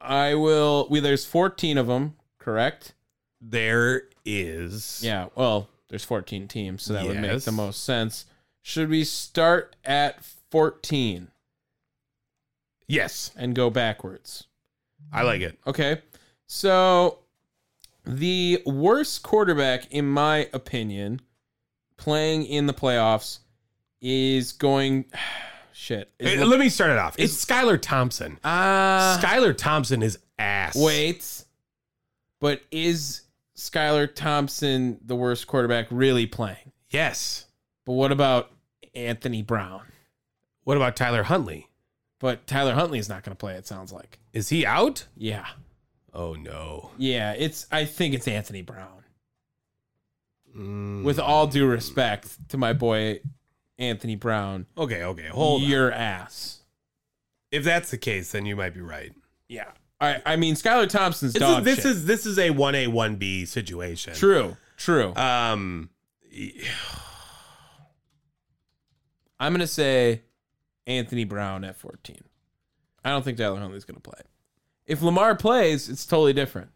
Speaker 1: I will. We there's 14 of them, correct?
Speaker 3: There is.
Speaker 1: Yeah. Well, there's 14 teams, so that would make
Speaker 3: Yes.
Speaker 1: the most sense. Should we start at 14
Speaker 3: Yes,
Speaker 1: and go backwards?
Speaker 3: I like it.
Speaker 1: Okay. So the worst quarterback, in my opinion, playing in the playoffs is going. Shit. Is
Speaker 3: Hey,
Speaker 1: Le-
Speaker 3: let me start it off. It's Skylar Thompson.
Speaker 1: Ah.
Speaker 3: Skylar Thompson is ass.
Speaker 1: Wait. But is Skylar Thompson the worst quarterback really playing?
Speaker 3: Yes.
Speaker 1: But what about Anthony Brown?
Speaker 3: What about Tyler Huntley?
Speaker 1: But Tyler Huntley's not going to play. It sounds like.
Speaker 3: Is he out?
Speaker 1: Yeah,
Speaker 3: Oh no.
Speaker 1: yeah. It's. I think it's Anthony Brown. With all due respect to my boy Anthony Brown,
Speaker 3: Okay, okay. Hold on.
Speaker 1: your ass.
Speaker 3: If that's the case, then you might be right.
Speaker 1: Yeah. I I mean Skylar Thompson's
Speaker 3: This,
Speaker 1: dog.
Speaker 3: is, this
Speaker 1: shit.
Speaker 3: is this is a one A one B situation.
Speaker 1: true. True.
Speaker 3: Um.
Speaker 1: I'm gonna say Anthony Brown at 14. I don't think Tyler Huntley's gonna play. If Lamar plays, it's totally different.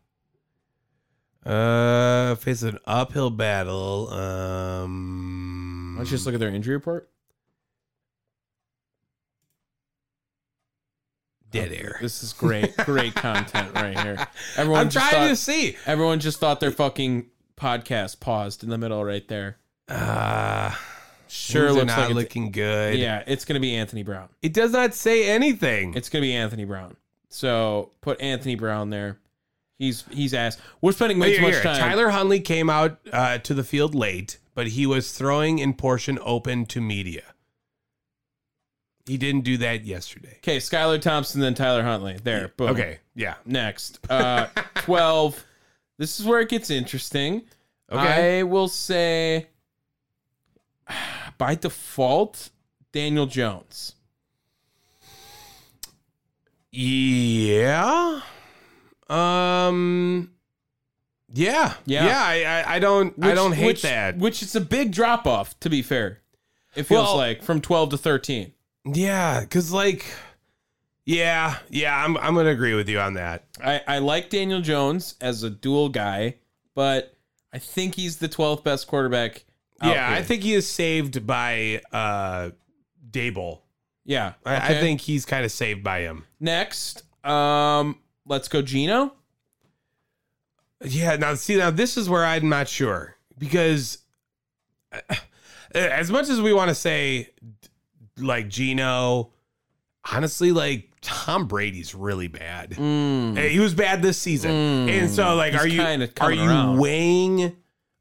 Speaker 3: Uh, face an uphill battle. Um.
Speaker 1: Let's just look at their injury report.
Speaker 3: dead air.
Speaker 1: This is great, great content right here. Everyone
Speaker 3: I'm
Speaker 1: just
Speaker 3: trying
Speaker 1: thought,
Speaker 3: to see.
Speaker 1: Everyone just thought their fucking podcast paused in the middle right there.
Speaker 3: Uh,
Speaker 1: Sure
Speaker 3: things are
Speaker 1: looks
Speaker 3: not
Speaker 1: like it's-
Speaker 3: looking good.
Speaker 1: Yeah, it's gonna be Anthony Brown.
Speaker 3: It does not say anything.
Speaker 1: It's gonna be Anthony Brown. So put Anthony Brown there. He's he's ass. We're spending way
Speaker 3: Wait,
Speaker 1: too
Speaker 3: here,
Speaker 1: much
Speaker 3: here.
Speaker 1: time.
Speaker 3: Tyler Huntley came out uh, to the field late, but he was throwing in portion open to media. He didn't do that yesterday.
Speaker 1: Okay, Skylar Thompson, then Tyler Huntley. There. Boom.
Speaker 3: Okay. Yeah.
Speaker 1: Next. Uh, 12. This is where it gets interesting.
Speaker 3: Okay.
Speaker 1: I will say by default, Daniel Jones.
Speaker 3: Yeah. Um. Yeah.
Speaker 1: Yeah.
Speaker 3: Yeah. I. I, I don't. I
Speaker 1: Which-
Speaker 3: don't hate
Speaker 1: which-
Speaker 3: that.
Speaker 1: Which is a big drop off, to be fair. It feels
Speaker 3: Well-
Speaker 1: like from 12 to 13.
Speaker 3: yeah. Cause like. Yeah. Yeah. I'm. I'm gonna agree with you on that.
Speaker 1: I, I like Daniel Jones as a dual guy, but I think he's the 12th best quarterback. out
Speaker 3: yeah. I
Speaker 1: here.
Speaker 3: think he is saved by uh, Dable.
Speaker 1: Yeah.
Speaker 3: I, I
Speaker 1: okay.
Speaker 3: think he's kind of saved by him.
Speaker 1: Next, um, let's go Gino.
Speaker 3: Yeah, now see, now this is where I'm not sure because uh, as much as we want to say d- like Gino, honestly, like Tom Brady's really bad.
Speaker 1: Hmm,
Speaker 3: Eh, He was bad this season, and so like,
Speaker 1: Mm. He's
Speaker 3: are you
Speaker 1: kinda
Speaker 3: are
Speaker 1: coming
Speaker 3: you
Speaker 1: around.
Speaker 3: weighing?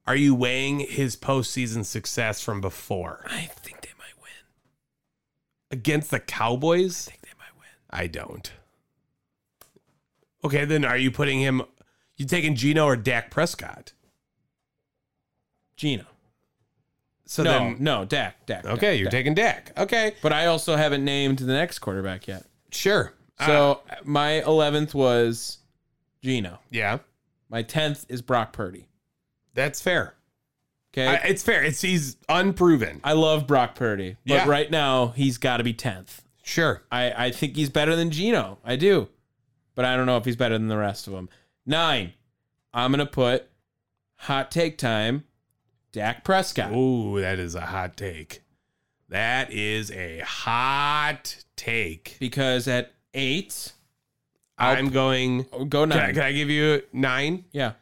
Speaker 3: Are you weighing his postseason success from before
Speaker 1: I think they might win.
Speaker 3: against the Cowboys? I think they might win. I don't. Okay, then are you putting him? You taking Gino or Dak Prescott?
Speaker 1: Gino.
Speaker 3: So
Speaker 1: no,
Speaker 3: then
Speaker 1: no, Dak, Dak. Dak,
Speaker 3: Okay, you're
Speaker 1: Dak.
Speaker 3: taking Dak. Oh, Okay,
Speaker 1: But I also haven't named the next quarterback yet.
Speaker 3: sure. Uh,
Speaker 1: So my eleventh was Gino.
Speaker 3: yeah,
Speaker 1: My tenth is Brock Purdy.
Speaker 3: that's fair.
Speaker 1: Okay,
Speaker 3: I,
Speaker 1: I,
Speaker 3: it's fair. It's he's unproven.
Speaker 1: love Brock Purdy, but
Speaker 3: Yeah.
Speaker 1: right now he's got to be tenth.
Speaker 3: Sure.
Speaker 1: I I think he's better than Gino. I do, but I don't know if he's better than the rest of them. Nine. I'm gonna put hot take time. Dak Prescott.
Speaker 3: Ooh, that is a hot take. That is a hot take.
Speaker 1: because at eight,
Speaker 3: i am going.
Speaker 1: oh, go
Speaker 3: Can I,
Speaker 1: nine.
Speaker 3: can I give you nine?
Speaker 1: yeah.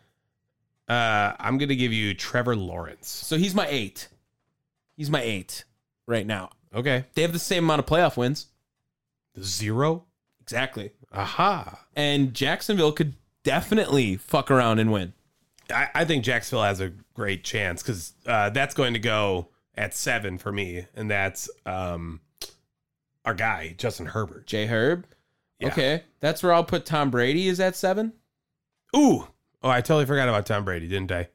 Speaker 3: Uh, I'm gonna give you Trevor Lawrence.
Speaker 1: So he's my eight. He's my eight right now.
Speaker 3: Okay.
Speaker 1: They have the same amount of playoff wins.
Speaker 3: Zero.
Speaker 1: Exactly.
Speaker 3: Aha.
Speaker 1: And Jacksonville could definitely fuck around and win.
Speaker 3: I, I think Jacksonville has a great chance because uh, that's going to go at seven for me, and that's um, our guy Justin Herbert.
Speaker 1: J Herb.
Speaker 3: Yeah.
Speaker 1: Okay. That's where I'll put Tom Brady is at seven.
Speaker 3: Ooh. Oh, I totally forgot about Tom Brady, didn't I?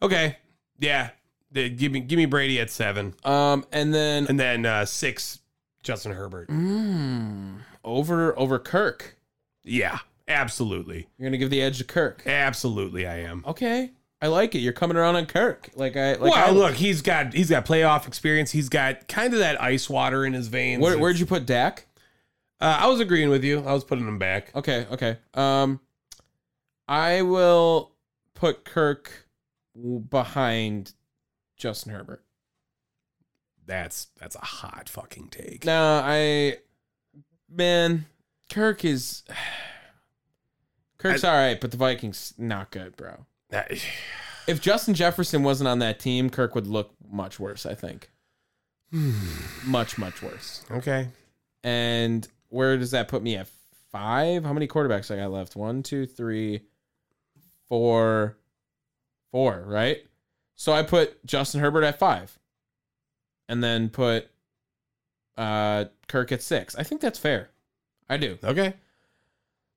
Speaker 3: Okay. Yeah. The- give me give me Brady at seven.
Speaker 1: Um and then
Speaker 3: And then uh six, Justin Herbert.
Speaker 1: mm, over over Kirk.
Speaker 3: Yeah. Absolutely.
Speaker 1: You're gonna give the edge to Kirk.
Speaker 3: Eh. Absolutely I am.
Speaker 1: Okay. I like it. You're coming around on Kirk. Like I like
Speaker 3: well,
Speaker 1: I,
Speaker 3: look, he's got he's got playoff experience. He's got kind of that ice water in his veins.
Speaker 1: Where, where'd you put Dak?
Speaker 3: uh, I was agreeing with you. I was putting him back.
Speaker 1: Okay, okay. Um, I will put Kirk w- behind Justin Herbert.
Speaker 3: That's that's a hot fucking take.
Speaker 1: Nah, I man, Kirk is Kirk's all right, but the Vikings not good, bro.
Speaker 3: That-
Speaker 1: If Justin Jefferson wasn't on that team, Kirk would look much worse. I think, much much worse.
Speaker 3: okay.
Speaker 1: And where does that put me at five? How many quarterbacks I got left? One, two, three, four, four, right? So I put Justin Herbert at five and then put uh, Kirk at six. I think that's fair. I do.
Speaker 3: Okay.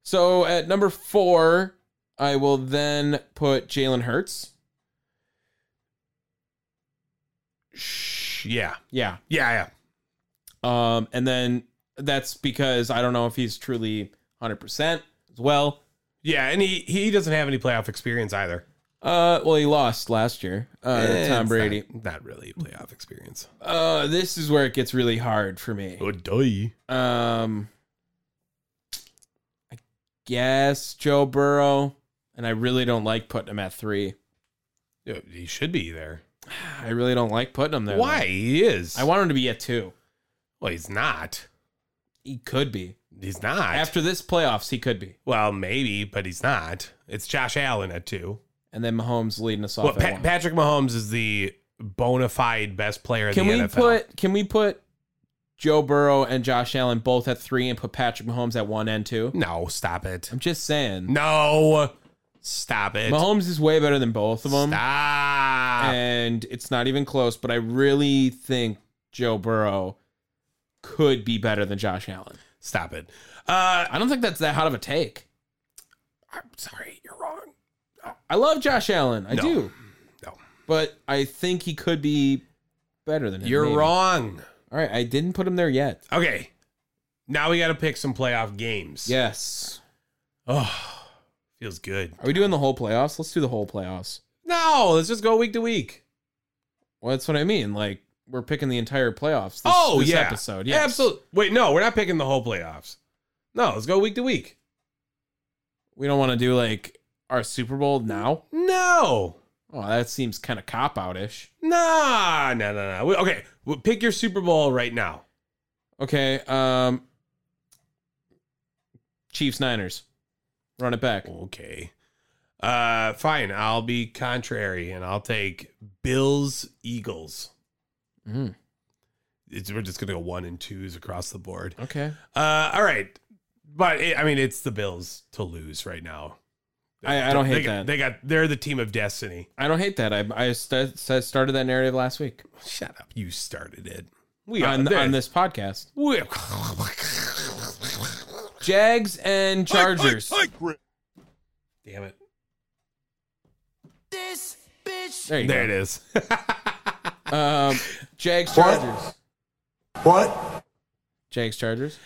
Speaker 1: So at number four, I will then put Jalen Hurts.
Speaker 3: Shh, yeah.
Speaker 1: Yeah.
Speaker 3: Yeah, yeah.
Speaker 1: Um, and then that's because I don't know if he's truly 100% as well.
Speaker 3: Yeah, and he, he doesn't have any playoff experience either.
Speaker 1: Uh, well, he lost last year, uh,
Speaker 3: Eh,
Speaker 1: to Tom
Speaker 3: it's
Speaker 1: Brady.
Speaker 3: Not, not really playoff experience.
Speaker 1: Uh, this is where it gets really hard for me.
Speaker 3: Oh, die.
Speaker 1: Um, I guess Joe Burrow, and I really don't like putting him at three.
Speaker 3: Yeah, He should be there.
Speaker 1: I really don't like putting him there.
Speaker 3: Why? He is.
Speaker 1: though. I want him to be at two.
Speaker 3: well, he's not.
Speaker 1: He could be
Speaker 3: He's not.
Speaker 1: after this playoffs. He could be,
Speaker 3: well, maybe, but he's not. It's Josh Allen at two.
Speaker 1: and then Mahomes leading us off.
Speaker 3: Well,
Speaker 1: at
Speaker 3: pa-
Speaker 1: one.
Speaker 3: Patrick Mahomes is the bona fide best player in
Speaker 1: can
Speaker 3: the
Speaker 1: we
Speaker 3: NFL.
Speaker 1: put? Can we put? Joe Burrow and Josh Allen both at three, and put Patrick Mahomes at one and two.
Speaker 3: no, stop it.
Speaker 1: I'm just saying,
Speaker 3: No, stop it.
Speaker 1: Mahomes is way better than both of Eh. them.
Speaker 3: Stop.
Speaker 1: and it's not even close, but I really think Joe Burrow could be better than Josh Allen.
Speaker 3: Stop it. Uh,
Speaker 1: I don't think that's that hot of a take.
Speaker 3: I'm sorry, you're wrong.
Speaker 1: I love Josh Allen. I
Speaker 3: No.
Speaker 1: do.
Speaker 3: No.
Speaker 1: But I think he could be better than him.
Speaker 3: You're
Speaker 1: maybe.
Speaker 3: wrong.
Speaker 1: All right. I didn't put him there yet.
Speaker 3: Okay. Now we got to pick some playoff games.
Speaker 1: Yes.
Speaker 3: Oh, feels good.
Speaker 1: Are we doing the whole playoffs? Let's do the whole playoffs.
Speaker 3: No, let's just go week to week.
Speaker 1: Well, that's what I mean. Like, we're picking the entire playoffs. This,
Speaker 3: oh,
Speaker 1: this
Speaker 3: yeah.
Speaker 1: episode. Yes.
Speaker 3: Absolutely. Wait, no, we're not picking the whole playoffs. No, let's go week to week.
Speaker 1: We don't want to do like our Super Bowl now.
Speaker 3: No.
Speaker 1: Oh, that seems kind of cop out ish.
Speaker 3: Nah, no, no, no. We- Okay, well, pick your Super Bowl right now.
Speaker 1: Okay. Um Chiefs Niners. Run it back.
Speaker 3: Okay. Uh, fine. I'll be contrary and I'll take Bills Eagles.
Speaker 1: Mm,
Speaker 3: It's, we're just gonna go one and twos across the board.
Speaker 1: okay.
Speaker 3: Uh, all right, but it, I mean, it's the Bills to lose right now.
Speaker 1: I- I don't
Speaker 3: They
Speaker 1: hate
Speaker 3: got-
Speaker 1: that.
Speaker 3: They got they're the team of destiny.
Speaker 1: I don't hate that. I I st- st- started that narrative last week
Speaker 3: Shut up. You started it.
Speaker 1: we
Speaker 3: are
Speaker 1: on,
Speaker 3: there.
Speaker 1: on this podcast.
Speaker 3: We-
Speaker 2: Oh
Speaker 1: Jags and Chargers.
Speaker 3: Damn it.
Speaker 1: There you
Speaker 3: There
Speaker 1: go.
Speaker 3: it is.
Speaker 1: Um, Jags Chargers.
Speaker 2: What?
Speaker 1: Jags Chargers.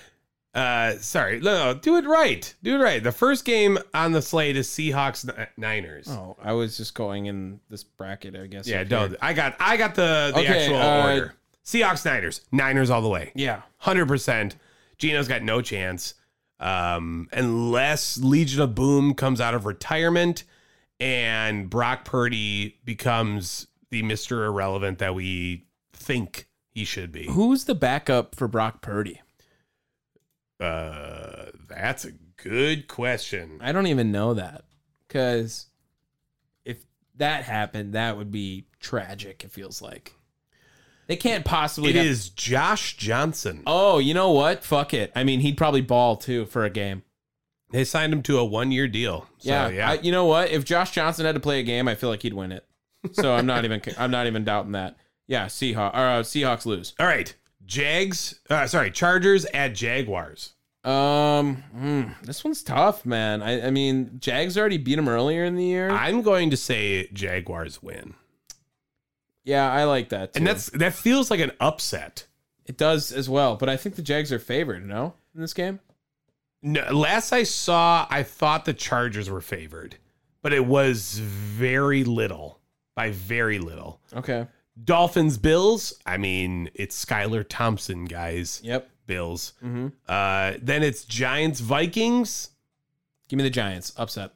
Speaker 3: Uh, sorry. No, no, do it right. Do it right. The first game on the slate is Seahawks Ni- Niners.
Speaker 1: Oh, I was just going in this bracket, I guess.
Speaker 3: yeah,
Speaker 1: up
Speaker 3: don't.
Speaker 1: here.
Speaker 3: I got I got the the
Speaker 1: Okay,
Speaker 3: actual
Speaker 1: uh,
Speaker 3: order. Seahawks Niners. Niners all the way.
Speaker 1: Yeah.
Speaker 3: Hundred percent. Gino's got no chance. Um, unless Legion of Boom comes out of retirement and Brock Purdy becomes the Mr. Irrelevant that we think he should be.
Speaker 1: Who's the backup for Brock Purdy?
Speaker 3: Uh, that's a good question.
Speaker 1: I don't even know that because if that happened, that would be tragic. It feels like they can't possibly.
Speaker 3: It
Speaker 1: have-
Speaker 3: is Josh Johnson.
Speaker 1: Oh, you know what? Fuck it. I mean, he'd probably ball too for a game.
Speaker 3: They signed him to a one year deal. So, yeah.
Speaker 1: yeah. I, you know what? If Josh Johnson had to play a game, I feel like he'd win it. So I'm not even. I'm not even doubting that. Yeah. Seahawks. Or, uh, Seahawks lose.
Speaker 3: All right. Jags. Uh, sorry. Chargers at Jaguars.
Speaker 1: Um, mm, this one's tough, man. I, I mean, Jags already beat him earlier in the year.
Speaker 3: I'm going to say Jaguars win.
Speaker 1: yeah, I like that. Too.
Speaker 3: And that's that feels like an upset.
Speaker 1: it does as well. But I think the Jags are favored. No, in this game.
Speaker 3: No, last I saw, I thought the Chargers were favored, but it was very little by very little.
Speaker 1: Okay.
Speaker 3: Dolphins, Bills. I mean, it's Skylar Thompson, guys.
Speaker 1: Yep.
Speaker 3: Bills.
Speaker 1: Mm-hmm.
Speaker 3: Uh, then it's Giants, Vikings.
Speaker 1: Give me the Giants. Upset.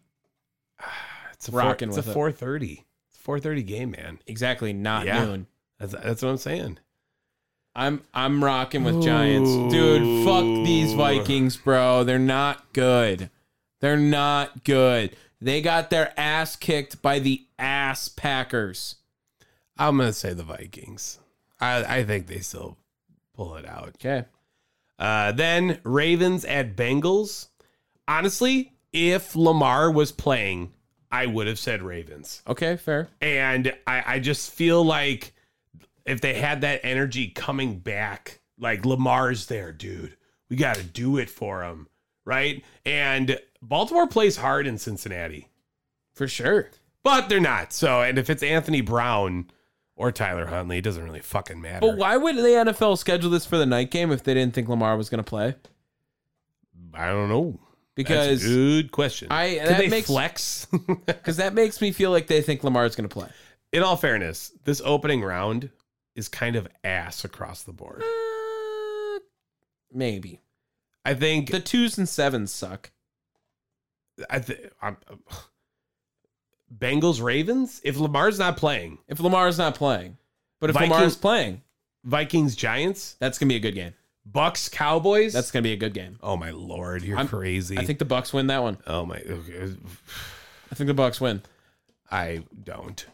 Speaker 3: It's a
Speaker 1: Rocking
Speaker 3: four, it's
Speaker 1: with
Speaker 3: a
Speaker 1: it.
Speaker 3: four thirty. It's four thirty game, man.
Speaker 1: Exactly. Not
Speaker 3: Yeah.
Speaker 1: noon.
Speaker 3: That's that's what I'm saying.
Speaker 1: I'm I'm rocking with Giants. Dude, fuck these
Speaker 3: Ooh.
Speaker 1: Vikings, bro. They're not good. They're not good. They got their ass kicked by the ass Packers.
Speaker 3: I'm gonna say the Vikings. I I think they still pull it out.
Speaker 1: Okay.
Speaker 3: Uh, then Ravens at Bengals. Honestly, if Lamar was playing, I would have said Ravens.
Speaker 1: Okay, fair.
Speaker 3: And I, I just feel like if they had that energy coming back Like Lamar's there, dude. We got to do it for him, right? And Baltimore plays hard in Cincinnati,
Speaker 1: for sure.
Speaker 3: but they're not. So, and if it's Anthony Brown or Tyler Huntley, it doesn't really fucking matter.
Speaker 1: But why would the NFL schedule this for the night game if they didn't think Lamar was going to play?
Speaker 3: I don't know.
Speaker 1: Because
Speaker 3: That's a good question.
Speaker 1: I-
Speaker 3: Can
Speaker 1: that
Speaker 3: they
Speaker 1: makes-
Speaker 3: flex?
Speaker 1: because that makes me feel like they think Lamar's going to play.
Speaker 3: in all fairness, this opening round is kind of ass across the board.
Speaker 1: Uh, maybe
Speaker 3: I think
Speaker 1: the twos and sevens suck.
Speaker 3: I th- I'm, Bengals Ravens. If Lamar's not playing,
Speaker 1: If Lamar's not playing, but if
Speaker 3: Viking-
Speaker 1: Lamar's playing,
Speaker 3: Vikings Giants,
Speaker 1: that's going to be a good game.
Speaker 3: Bucks Cowboys.
Speaker 1: That's going to be a good game.
Speaker 3: oh my lord, you're
Speaker 1: I'm-
Speaker 3: crazy.
Speaker 1: I think the Bucks win that one.
Speaker 3: Oh my, okay.
Speaker 1: I think the Bucks win.
Speaker 3: I don't.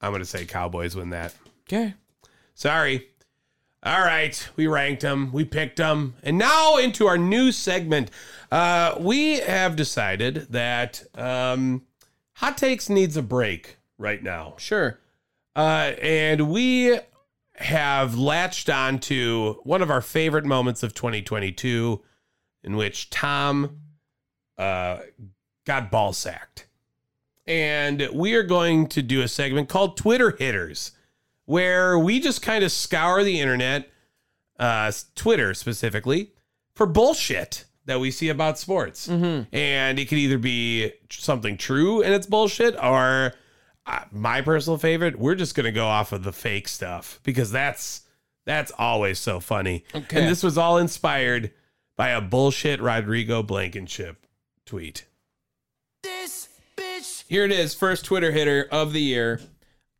Speaker 3: I'm gonna say Cowboys win that.
Speaker 1: Okay.
Speaker 3: Sorry. All right, we ranked them, we picked them, and now into our new segment. Uh, we have decided that um, hot takes needs a break right now.
Speaker 1: Sure.
Speaker 3: Uh, and we have latched on to one of our favorite moments of 2022, in which Tom uh, got ball sacked. And we are going to do a segment called Twitter Hitters, where we just kind of scour the internet, uh, Twitter specifically, for bullshit that we see about sports. And it could either be something true and it's bullshit, or I, my personal favorite, we're just gonna go off of the fake stuff because that's that's always so funny.
Speaker 1: Okay.
Speaker 3: And this was all inspired by a bullshit Rodrigo Blankenship tweet.
Speaker 1: Here it is, first Twitter hitter of the year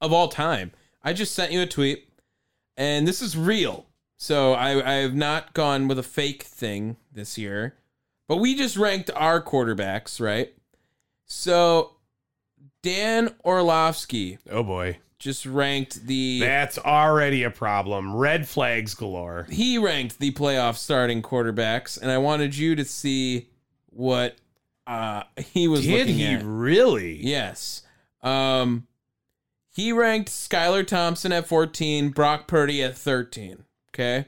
Speaker 1: of all time. I just sent you a tweet, and this is real. So I, I have not gone with a fake thing this year, but we just ranked our quarterbacks, right? So Dan Orlovsky
Speaker 3: Oh boy.
Speaker 1: just ranked the
Speaker 3: That's already a problem. Red flags galore.
Speaker 1: he ranked the playoff starting quarterbacks, and I wanted you to see what uh, he was
Speaker 3: Did
Speaker 1: looking
Speaker 3: he
Speaker 1: at.
Speaker 3: really?
Speaker 1: Yes. Um he ranked Skylar Thompson at 14, Brock Purdy at 13. Okay.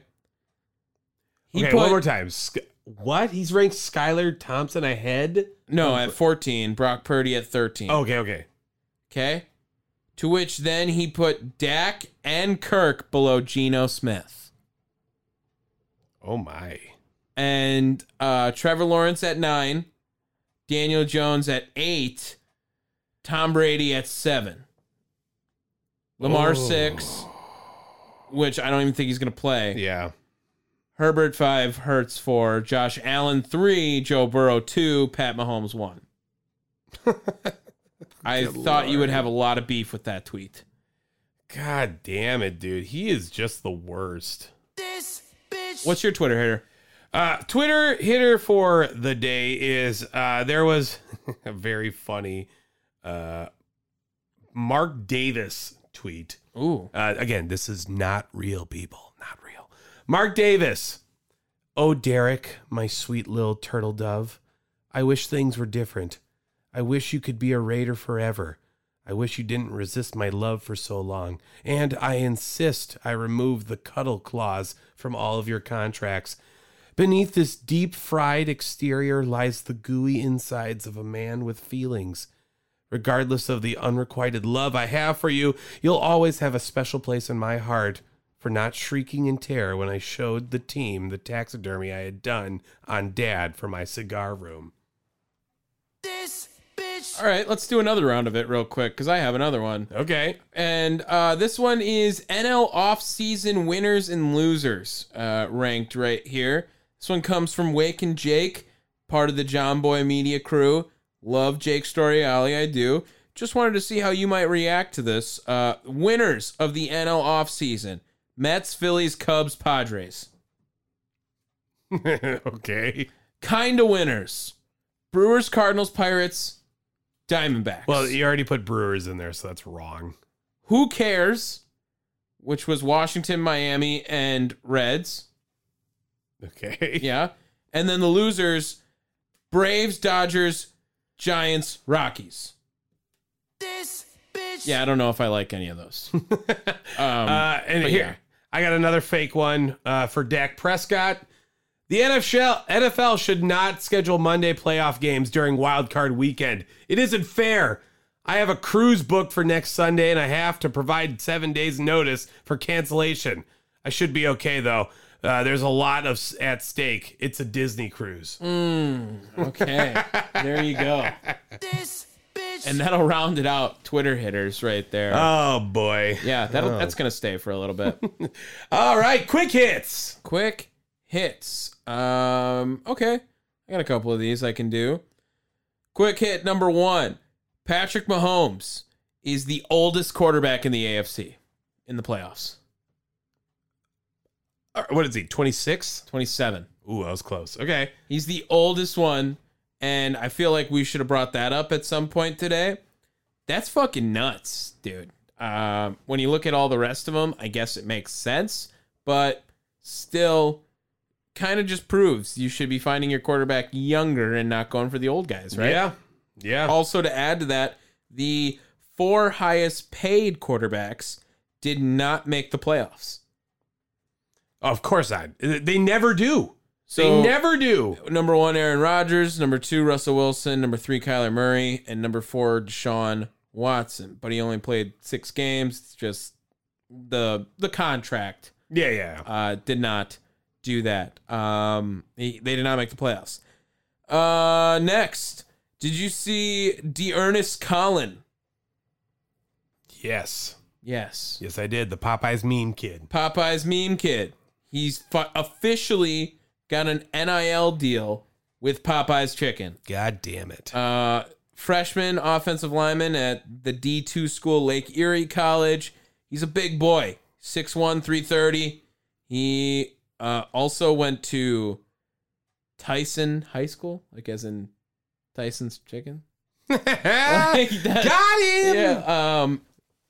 Speaker 1: He
Speaker 3: okay,
Speaker 1: put,
Speaker 3: one more time. Sk- what? He's ranked Skylar Thompson ahead?
Speaker 1: No, at 14, Brock Purdy at 13.
Speaker 3: Okay, okay.
Speaker 1: Okay. To which then he put Dak and Kirk below Geno Smith.
Speaker 3: Oh my.
Speaker 1: And uh, Trevor Lawrence at nine, Daniel Jones at eight, Tom Brady at seven, Lamar six, which I don't even think he's going to play.
Speaker 3: Yeah.
Speaker 1: Herbert five, Hertz four, Josh Allen three, Joe Burrow two, Pat Mahomes one. I thought you would have a lot of beef with that tweet.
Speaker 3: God damn it, dude. He is just the worst.
Speaker 1: What's your Twitter hitter?
Speaker 3: Uh, Twitter hitter for the day is uh, there was a very funny uh, Mark Davis tweet.
Speaker 1: Ooh,
Speaker 3: Uh, again, this is not real, people. Not real. Mark Davis. Oh, Derek, my sweet little turtle dove. I wish things were different. I wish you could be a raider forever. I wish you didn't resist my love for so long. And I insist I remove the cuddle clause from all of your contracts. Beneath this deep fried exterior lies the gooey insides of a man with feelings. Regardless of the unrequited love I have for you, you'll always have a special place in my heart for not shrieking in terror when I showed the team the taxidermy I had done on Dad for my cigar room.
Speaker 1: all right, let's do another round of it real quick because I have another one.
Speaker 3: Okay.
Speaker 1: And uh, this one is NL offseason winners and losers uh, ranked right here. This one comes from Wake and Jake, part of the John Boy media crew. Love Jake Story Alley, I do. Just wanted to see how you might react to this. Uh, winners of the NL offseason Mets, Phillies, Cubs, Padres.
Speaker 3: okay.
Speaker 1: Kind of winners Brewers, Cardinals, Pirates, Diamondbacks.
Speaker 3: Well, you already put Brewers in there, so that's wrong.
Speaker 1: Who Cares, which was Washington, Miami, and Reds.
Speaker 3: Okay.
Speaker 1: Yeah. And then the losers Braves, Dodgers, Giants, Rockies. This bitch. Yeah, I don't know if I like any of those. um,
Speaker 3: Uh, and
Speaker 1: But
Speaker 3: here,
Speaker 1: yeah.
Speaker 3: I got another fake one uh, for Dak Prescott. The NFL, NFL should not schedule Monday playoff games during Wild Card Weekend. It isn't fair. I have a cruise booked for next Sunday, and I have to provide seven days' notice for cancellation. I should be okay though. Uh, there's a lot of s- at stake. It's a Disney cruise.
Speaker 1: Mm. Okay, there you go. And that'll round it out. Twitter hitters right there.
Speaker 3: Oh boy!
Speaker 1: yeah, that'll, that's gonna stay for a little bit.
Speaker 3: All right, quick hits.
Speaker 1: Quick hits. Um, okay, I got a couple of these I can do. Quick hit number one: Patrick Mahomes is the oldest quarterback in the AFC in the playoffs.
Speaker 3: Uh, What is he? Twenty six?
Speaker 1: Twenty-seven.
Speaker 3: Ooh, I was close. Okay.
Speaker 1: He's the oldest one, and I feel like we should have brought that up at some point today. That's fucking nuts, dude. Um, when you look at all the rest of them, I guess it makes sense, but still, kind of just proves you should be finding your quarterback younger and not going for the old guys, right?
Speaker 3: Yeah. Yeah.
Speaker 1: Also, to add to that, the four highest paid quarterbacks did not make the playoffs.
Speaker 3: Of course not. They never do.
Speaker 1: So-
Speaker 3: they never do.
Speaker 1: Number one, Aaron Rodgers. Number two, Russell Wilson. Number three, Kyler Murray. And number four, Deshaun Watson. But he only played six games. It's just the the contract
Speaker 3: Yeah, yeah.
Speaker 1: uh, did not do that. Um, he, they did not make the playoffs. Uh, next, did you see De'Ernest Collin?
Speaker 3: Yes.
Speaker 1: Yes.
Speaker 3: Yes, I did. The Popeyes meme kid.
Speaker 1: Popeye's meme kid. He's fu- officially got an NIL deal with Popeye's Chicken.
Speaker 3: God damn it.
Speaker 1: Uh, freshman offensive lineman at the D2 school, Lake Erie College. He's a big boy, 6'1, 330. He uh, also went to Tyson High School, like as in Tyson's Chicken. Like that-
Speaker 3: Got him.
Speaker 1: Yeah. Um,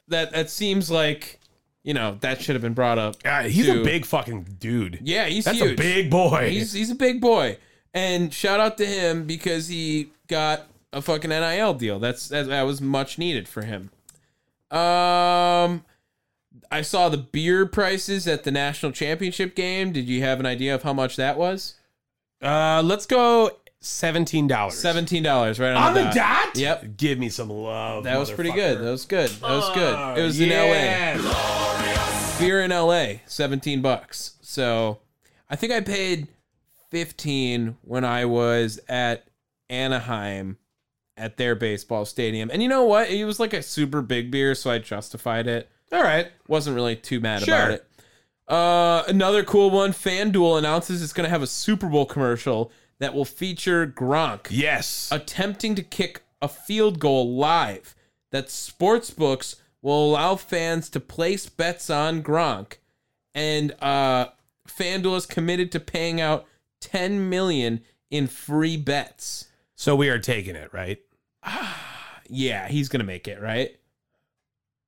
Speaker 1: that, that seems like, you know, that should have been brought up.
Speaker 3: God, Uh, he's
Speaker 1: too.
Speaker 3: a big fucking dude.
Speaker 1: Yeah, he's
Speaker 3: That's
Speaker 1: huge.
Speaker 3: a big boy.
Speaker 1: He's he's a big boy, and shout out to him because he got a fucking NIL deal. That's that, that was much needed for him. Um, I saw the beer prices at the national championship game. Did you have an idea of how much that was?
Speaker 3: uh, let's go seventeen dollars.
Speaker 1: Seventeen dollars, right on,
Speaker 3: on the
Speaker 1: dot.
Speaker 3: dot.
Speaker 1: Yep,
Speaker 3: Give me some love.
Speaker 1: that was pretty
Speaker 3: motherfucker.
Speaker 1: good.
Speaker 3: Oh,
Speaker 1: That was good. That was good. It was in LA.
Speaker 3: yes.
Speaker 1: beer in LA, 17 bucks. So I think I paid 15 when I was at Anaheim at their baseball stadium. And you know what? It was like a super big beer, so I justified it.
Speaker 3: All right.
Speaker 1: Wasn't really too mad
Speaker 3: Sure.
Speaker 1: about it. Uh, another cool one FanDuel announces it's going to have a Super Bowl commercial that will feature Gronk
Speaker 3: Yes.
Speaker 1: Uh, attempting to kick a field goal live that sportsbooks will allow fans to place bets on Gronk, and uh, FanDuel is committed to paying out ten million in free bets.
Speaker 3: so we are taking it, right?
Speaker 1: Yeah, he's gonna make it, right?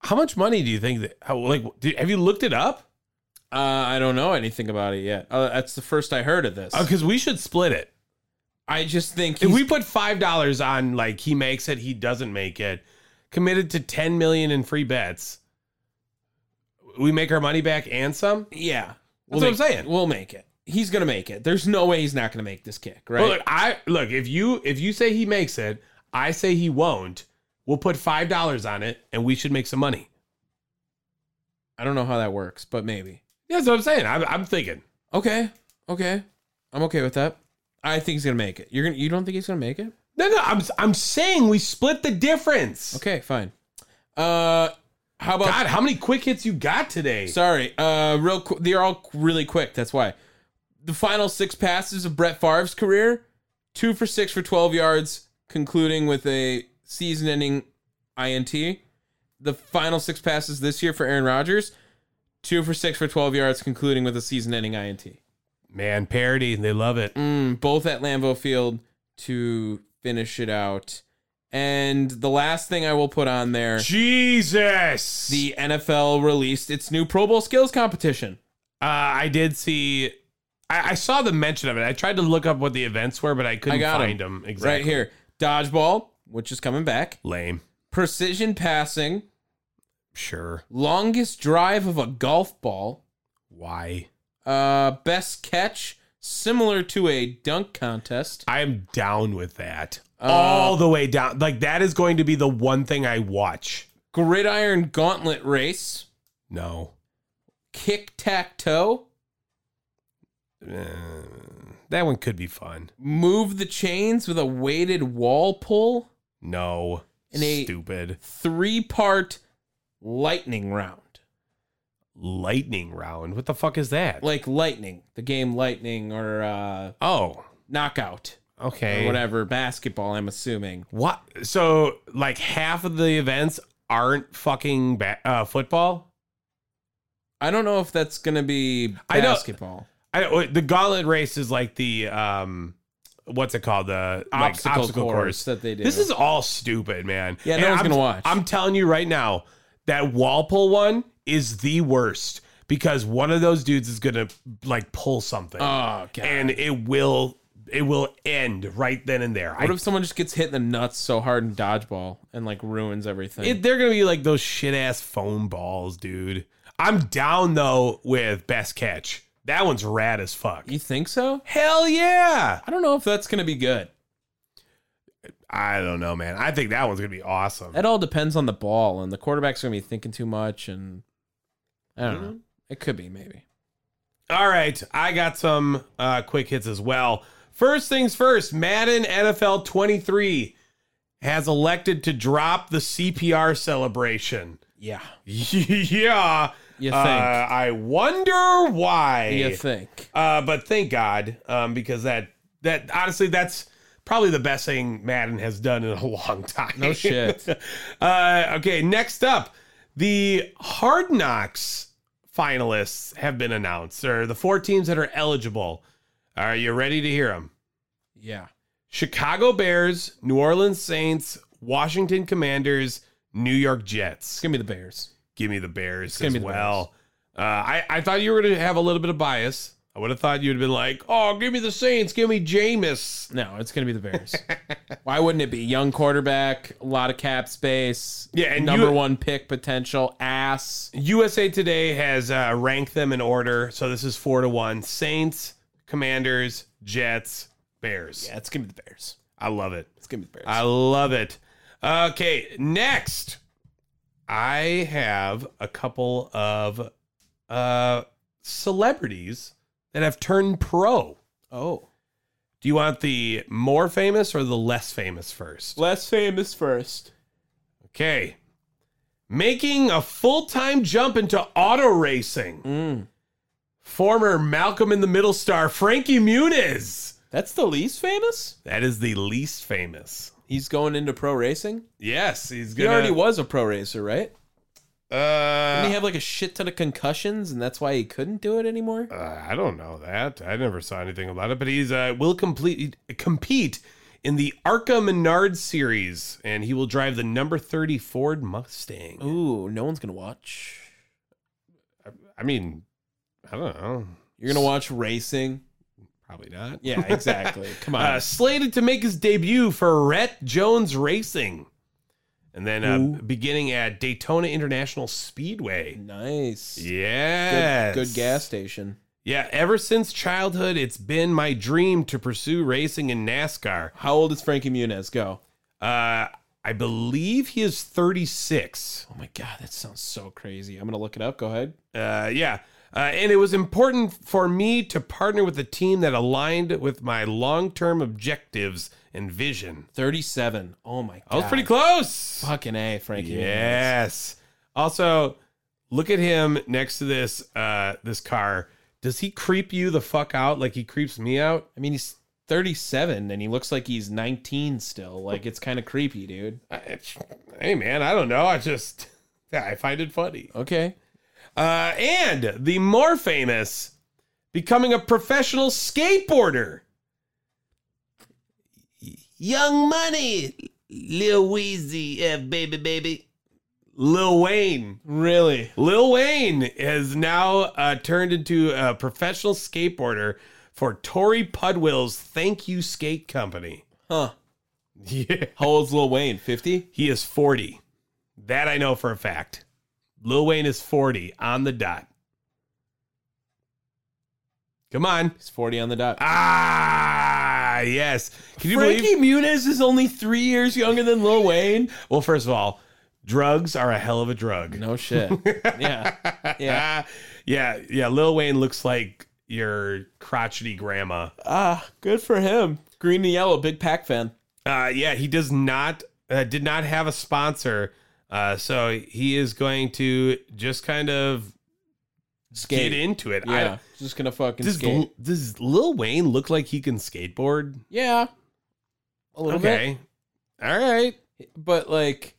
Speaker 3: How much money do you think that? How, like, did, have you looked it up?
Speaker 1: Uh, I don't know anything about it yet. Uh, that's the first I heard of this.
Speaker 3: Because Uh, we should split it.
Speaker 1: I just think
Speaker 3: If
Speaker 1: he's-
Speaker 3: we put five dollars on like he makes it, he doesn't make it, committed to ten million in free bets, we make our money back and some.
Speaker 1: yeah,
Speaker 3: That's
Speaker 1: we'll
Speaker 3: what I'm
Speaker 1: make-
Speaker 3: saying.
Speaker 1: We'll make it. He's gonna make it. There's no way he's not gonna make this kick, right?
Speaker 3: Well, look, I look if you if you say he makes it, I say he won't. We'll put five dollars on it, and we should make some money.
Speaker 1: I don't know how that works, but maybe.
Speaker 3: Yeah, that's what I'm saying. I'm, I'm thinking.
Speaker 1: Okay. Okay. I'm okay with that. I think he's gonna make it. You're gonna you don't think he's gonna make it?
Speaker 3: No, no, I'm I'm saying we split the difference.
Speaker 1: Okay, fine. Uh how about
Speaker 3: God, how many quick hits you got today?
Speaker 1: sorry, uh real qu- they're all qu- really quick, that's why. The final six passes of Brett Favre's career, two for six for twelve yards, concluding with a season ending INT. The final six passes this year for Aaron Rodgers, two for six for twelve yards, concluding with a season ending INT.
Speaker 3: Man, parody, they love it.
Speaker 1: Mm, both at Lambeau Field to finish it out. And the last thing I will put on there
Speaker 3: Jesus.
Speaker 1: the NFL released its new Pro Bowl skills competition.
Speaker 3: uh, I did see. I, I saw the mention of it. I tried to look up what the events were, but I couldn't
Speaker 1: I got 'em.
Speaker 3: find them exactly.
Speaker 1: Right here dodgeball, which is coming back,
Speaker 3: Lame.
Speaker 1: precision passing,
Speaker 3: Sure.
Speaker 1: longest drive of a golf ball,
Speaker 3: Why?
Speaker 1: Uh, best catch, similar to a dunk contest.
Speaker 3: I'm down with that.
Speaker 1: Uh,
Speaker 3: All the way down. Like that is going to be the one thing I watch.
Speaker 1: Gridiron gauntlet race,
Speaker 3: No.
Speaker 1: kick tack toe,
Speaker 3: Eh, that one could be fun.
Speaker 1: move the chains with a weighted wall pull,
Speaker 3: No.
Speaker 1: And a-
Speaker 3: Stupid.
Speaker 1: three part lightning round.
Speaker 3: Lightning round. What the fuck is that?
Speaker 1: Like lightning, the game lightning or uh,
Speaker 3: oh,
Speaker 1: knockout
Speaker 3: okay.
Speaker 1: or whatever, basketball, I'm assuming.
Speaker 3: What? So like half of the events aren't fucking ba- uh, football.
Speaker 1: I don't know if that's going to be
Speaker 3: I don't-
Speaker 1: basketball.
Speaker 3: I wait, the gauntlet race is like the um, what's it called? The like,
Speaker 1: obstacle, course, that they do.
Speaker 3: This is all stupid, man.
Speaker 1: Yeah, no
Speaker 3: And
Speaker 1: one's
Speaker 3: I'm-
Speaker 1: gonna watch.
Speaker 3: I'm telling you right now, that Walpole one is the worst because one of those dudes is gonna like pull something,
Speaker 1: oh god.
Speaker 3: and it will it will end right then and there.
Speaker 1: What
Speaker 3: I-
Speaker 1: if someone just gets hit in the nuts so hard in dodgeball and like ruins everything?
Speaker 3: It, they're gonna be like those shit ass foam balls, dude. I'm down though with best catch. That one's rad as fuck.
Speaker 1: you think so?
Speaker 3: Hell yeah!
Speaker 1: I don't know if that's gonna be good.
Speaker 3: I don't know, man. I think that one's gonna be awesome.
Speaker 1: That all depends on the ball, and the quarterback's gonna be thinking too much, and I don't
Speaker 3: Mm-hmm.
Speaker 1: know. It could be maybe.
Speaker 3: All right, I got some uh, quick hits as well. First things first, Madden NFL 23 has elected to drop the CPR celebration.
Speaker 1: Yeah,
Speaker 3: yeah,
Speaker 1: You think.
Speaker 3: Uh, I wonder why.
Speaker 1: you think?
Speaker 3: Uh, but thank God, um, because that that honestly, that's probably the best thing Madden has done in a long time.
Speaker 1: No shit.
Speaker 3: uh, okay, next up, the Hard Knocks finalists have been announced, or the four teams that are eligible. Are you ready to hear them?
Speaker 1: Yeah,
Speaker 3: Chicago Bears, New Orleans Saints, Washington Commanders, New York
Speaker 1: it's
Speaker 3: Jets.
Speaker 1: gonna be the Bears.
Speaker 3: Give me the Bears
Speaker 1: gonna
Speaker 3: as
Speaker 1: be the
Speaker 3: well. Uh, I, I thought you were going to have a little bit of bias. I would have thought you'd have been like, oh, give me the Saints, give me Jameis.
Speaker 1: No, it's gonna be the Bears. Why wouldn't it be? Young quarterback, a lot of cap space.
Speaker 3: Yeah, and
Speaker 1: number
Speaker 3: you-
Speaker 1: one pick potential. Ass.
Speaker 3: USA Today has uh, ranked them in order. So this is four to one Saints, Commanders, Jets, Bears.
Speaker 1: Yeah, it's gonna be the Bears.
Speaker 3: I love it.
Speaker 1: It's gonna be the Bears.
Speaker 3: I love it. Okay, next, I have a couple of uh, celebrities that have turned pro.
Speaker 1: oh,
Speaker 3: Do you want the more famous or the less famous first?
Speaker 1: less famous first.
Speaker 3: Okay. Making a full time jump into auto racing.
Speaker 1: Mm.
Speaker 3: Former Malcolm in the Middle star Frankie Muniz.
Speaker 1: That's the least famous.
Speaker 3: That is the least famous.
Speaker 1: He's going into pro racing.
Speaker 3: Yes, he's
Speaker 1: He
Speaker 3: gonna.
Speaker 1: already was a pro racer, right?
Speaker 3: Uh,
Speaker 1: Didn't he have like a shit ton of concussions, and that's why he couldn't do it anymore?
Speaker 3: Uh, I don't know that. I never saw anything about it, but he's uh, will complete compete in the Arca Menard series, and he will drive the number thirty Ford Mustang.
Speaker 1: Ooh, no one's gonna watch.
Speaker 3: I mean, I don't know.
Speaker 1: You're gonna watch racing?
Speaker 3: Probably not.
Speaker 1: Yeah, exactly. Come on.
Speaker 3: Uh, slated to make his debut for Rhett Jones Racing, and then uh,
Speaker 1: Ooh.
Speaker 3: beginning at Daytona International Speedway.
Speaker 1: nice.
Speaker 3: Yeah,
Speaker 1: Good, good gas station.
Speaker 3: Yeah, ever since childhood, it's been my dream to pursue racing in NASCAR.
Speaker 1: How old is Frankie Muniz? Go.
Speaker 3: Uh, I believe he is 36.
Speaker 1: Oh my god, that sounds so crazy. I'm gonna look it up. Go ahead.
Speaker 3: Uh, yeah. Uh, and it was important for me to partner with a team that aligned with my long term objectives and vision.
Speaker 1: 37. Oh my god.
Speaker 3: I was pretty close.
Speaker 1: Fucking a, Frankie. Muniz.
Speaker 3: Yes. Also, look at him next to this uh, this car. Does he creep you the fuck out like he creeps me out?
Speaker 1: I mean, he's 37 and he looks like he's 19 still. Like it's kind of creepy, dude.
Speaker 3: I, hey, man, I don't know. I just, yeah, I find it funny.
Speaker 1: Okay.
Speaker 3: Uh, and the more famous, becoming a professional skateboarder. Young Money, Lil Weezy, F baby baby, Lil Wayne.
Speaker 1: Really?
Speaker 3: Lil Wayne has now uh, turned into a professional skateboarder for Tory Pudwill's Thank You Skate Company.
Speaker 1: Huh.
Speaker 3: Yeah.
Speaker 1: How old's Lil Wayne? 50?
Speaker 3: He is 40. That I know for a fact. Lil Wayne is 40 on the dot. Come on.
Speaker 1: He's 40 on the dot.
Speaker 3: Ah, yes. Can you
Speaker 1: Frankie
Speaker 3: believe?
Speaker 1: Muniz is only three years younger than Lil Wayne.
Speaker 3: Well, first of all, drugs are a hell of a drug.
Speaker 1: No shit. yeah. Yeah.
Speaker 3: Ah, yeah, yeah. Lil Wayne looks like your crotchety grandma.
Speaker 1: Ah, good for him. Green and yellow, big pack fan.
Speaker 3: Uh, yeah, he does not uh, did not have a sponsor, uh, so he is going to just kind of
Speaker 1: Skate.
Speaker 3: get into it. I-
Speaker 1: Yeah. just gonna fucking
Speaker 3: does
Speaker 1: skate.
Speaker 3: L- does Lil Wayne look like he can skateboard?
Speaker 1: yeah. A little
Speaker 3: Okay, all right.
Speaker 1: bit. But like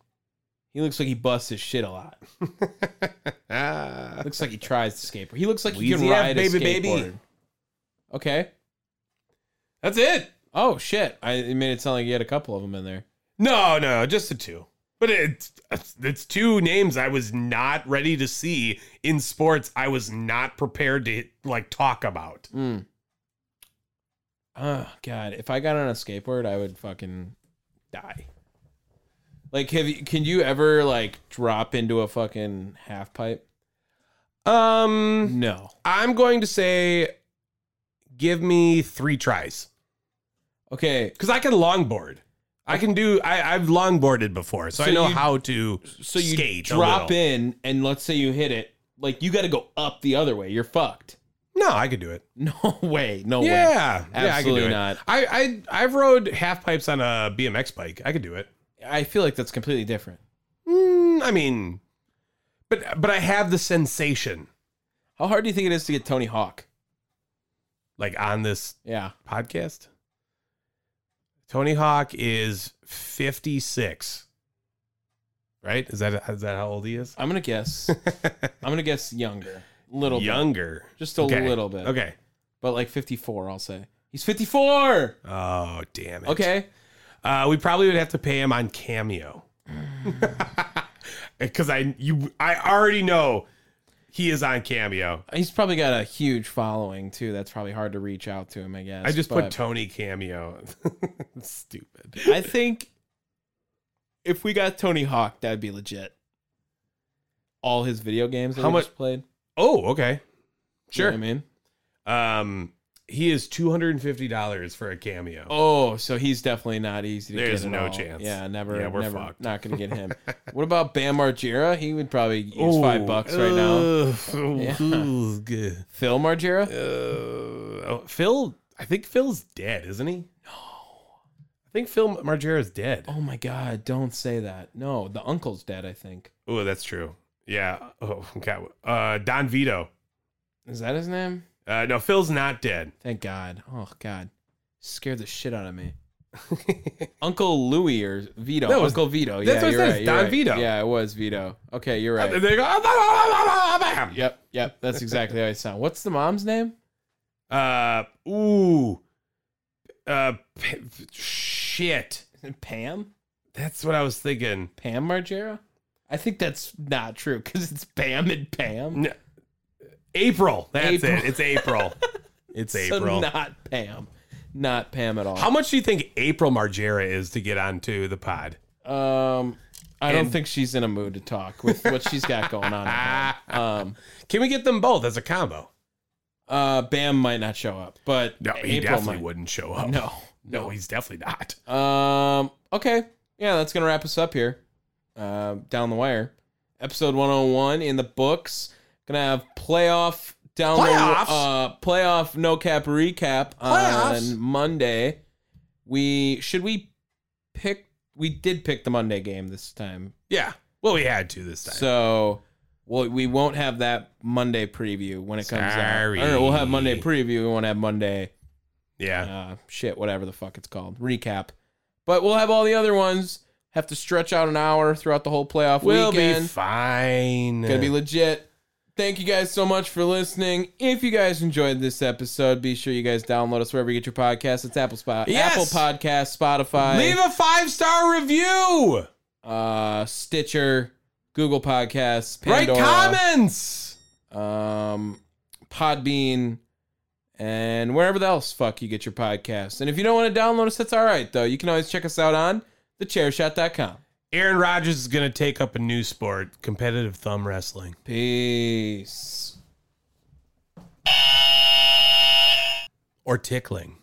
Speaker 1: he looks like he busts his shit a lot.
Speaker 3: Ah.
Speaker 1: Looks like he tries to skateboard. He looks like he
Speaker 3: Wheezy
Speaker 1: can
Speaker 3: F,
Speaker 1: ride a
Speaker 3: baby,
Speaker 1: skateboard.
Speaker 3: baby.
Speaker 1: Okay.
Speaker 3: That's it.
Speaker 1: Oh shit! I it made it sound like you had a couple of them in there.
Speaker 3: No, no, just the two. But it's it's two names I was not ready to see in sports. I was not prepared to like talk about.
Speaker 1: Oh god! If I got on a skateboard, I would fucking die. Like, have you? Can you ever like drop into a fucking half pipe?
Speaker 3: Um,
Speaker 1: No.
Speaker 3: I'm going to say, give me three tries
Speaker 1: Okay.
Speaker 3: because I can longboard. I can do. I, I've longboarded before, so,
Speaker 1: So
Speaker 3: I know
Speaker 1: you-
Speaker 3: how to.
Speaker 1: So you
Speaker 3: skate
Speaker 1: drop
Speaker 3: a little.
Speaker 1: in, and let's say you hit it. Like you got to go up the other way. You're fucked.
Speaker 3: No, I could do it.
Speaker 1: No way. No way.
Speaker 3: yeah, yeah, I could
Speaker 1: Oh, Absolutely
Speaker 3: do it.
Speaker 1: not.
Speaker 3: I I I've rode half pipes on a BMX bike. I could do it.
Speaker 1: I feel like that's completely different.
Speaker 3: Mm, I mean, but but I have the sensation
Speaker 1: How hard do you think it is to get Tony Hawk?
Speaker 3: like on this
Speaker 1: Yeah.
Speaker 3: podcast. Tony Hawk is 56. Right? Is that is that how old he is?
Speaker 1: I'm gonna guess. I'm gonna guess younger. Little bit.
Speaker 3: Younger.
Speaker 1: Just a
Speaker 3: Okay.
Speaker 1: little bit.
Speaker 3: Okay.
Speaker 1: But like 54, I'll say. He's 54.
Speaker 3: Oh, damn it.
Speaker 1: Okay.
Speaker 3: Uh, we probably would have to pay him on Cameo. Cuz I you I already know he is on Cameo.
Speaker 1: He's probably got a huge following too. That's probably hard to reach out to him, I guess.
Speaker 3: I just
Speaker 1: But
Speaker 3: put Tony Cameo. Stupid.
Speaker 1: I think if we got Tony Hawk, that'd be legit. All his video games that
Speaker 3: How
Speaker 1: he
Speaker 3: much-
Speaker 1: just played.
Speaker 3: Oh, okay.
Speaker 1: You know
Speaker 3: Sure.
Speaker 1: what I mean?
Speaker 3: Um, he is two hundred and fifty dollars for a cameo.
Speaker 1: Oh, so he's definitely not easy to
Speaker 3: There's
Speaker 1: get. at
Speaker 3: no
Speaker 1: all.
Speaker 3: chance.
Speaker 1: Yeah, never.
Speaker 3: Yeah, we're
Speaker 1: never,
Speaker 3: fucked.
Speaker 1: Not gonna get him. what about Bam Margera? He would probably use five bucks right
Speaker 3: uh,
Speaker 1: now. Yeah.
Speaker 3: good.
Speaker 1: Phil Margera.
Speaker 3: Uh, Phil, I think Phil's dead, isn't he? No, I think Phil Margera is dead.
Speaker 1: Oh my God! Don't say that. No, the uncle's dead. I think.
Speaker 3: Oh, that's true. Yeah. Oh God. Uh, Don Vito.
Speaker 1: Is that his name?
Speaker 3: Uh, no, Phil's not dead.
Speaker 1: Thank God. Oh God, scared the shit out of me. Uncle Louis or Vito.
Speaker 3: That was-
Speaker 1: Uncle Vito.
Speaker 3: that's
Speaker 1: yeah,
Speaker 3: what it
Speaker 1: you're
Speaker 3: says,
Speaker 1: right, you're
Speaker 3: Don
Speaker 1: right.
Speaker 3: Vito.
Speaker 1: Yeah, it was Vito. Okay, you're
Speaker 3: And
Speaker 1: right.
Speaker 3: they go, "Ah, bah, bah, bah, bah, bah, bah."
Speaker 1: Yep, yep. That's exactly how it sounds. What's the mom's name?
Speaker 3: Uh, ooh. Uh, p- shit.
Speaker 1: Pam.
Speaker 3: That's what I was thinking.
Speaker 1: Pam Margera. I think that's not true because it's Bam and Pam.
Speaker 3: No. April. That's
Speaker 1: April.
Speaker 3: it. It's April. it's
Speaker 1: So
Speaker 3: April.
Speaker 1: not Pam. Not Pam at all.
Speaker 3: How much do you think April Margera is to get onto the pod?
Speaker 1: um, I don't
Speaker 3: And-
Speaker 1: think she's in a mood to talk with what she's got going on. at home. Um.
Speaker 3: Ah. Can we get them both as a combo?
Speaker 1: Uh, Bam might not show up, but
Speaker 3: No, he
Speaker 1: April
Speaker 3: definitely
Speaker 1: might.
Speaker 3: wouldn't show up.
Speaker 1: No,
Speaker 3: no, he's definitely not.
Speaker 1: Um. Okay. Yeah, that's gonna wrap us up here. Uh, down the wire, episode one hundred and one in the books. Gonna have playoff down
Speaker 3: Playoffs?
Speaker 1: The, uh, playoff no cap recap
Speaker 3: Playoffs?
Speaker 1: on Monday. We should we pick? We did pick the Monday game this time,
Speaker 3: Yeah. Well, we had to this time.
Speaker 1: so. Well, we won't have that Monday preview when it comes
Speaker 3: Sorry.
Speaker 1: out. Or we'll have Monday preview. We won't have Monday
Speaker 3: yeah.
Speaker 1: uh, shit, whatever the fuck it's called, recap. But we'll have all the other ones. Have to stretch out an hour throughout the whole playoff
Speaker 3: we'll be
Speaker 1: weekend.
Speaker 3: fine.
Speaker 1: Gonna be legit. Thank you guys so much for listening. If you guys enjoyed this episode, be sure you guys download us wherever you get your podcasts. It's Apple Spot,
Speaker 3: Yes!
Speaker 1: Apple Podcast, Spotify,
Speaker 3: Leave a five star review.
Speaker 1: uh, Stitcher, Google Podcasts,
Speaker 3: Write
Speaker 1: Pandora,
Speaker 3: comments.
Speaker 1: um, Podbean, and wherever else fuck you get your podcasts. And if you don't want to download us, that's all right though. You can always check us out on thechairshot.com.
Speaker 3: Aaron Rodgers is going to take up a new sport, competitive thumb wrestling.
Speaker 1: Peace.
Speaker 3: or tickling?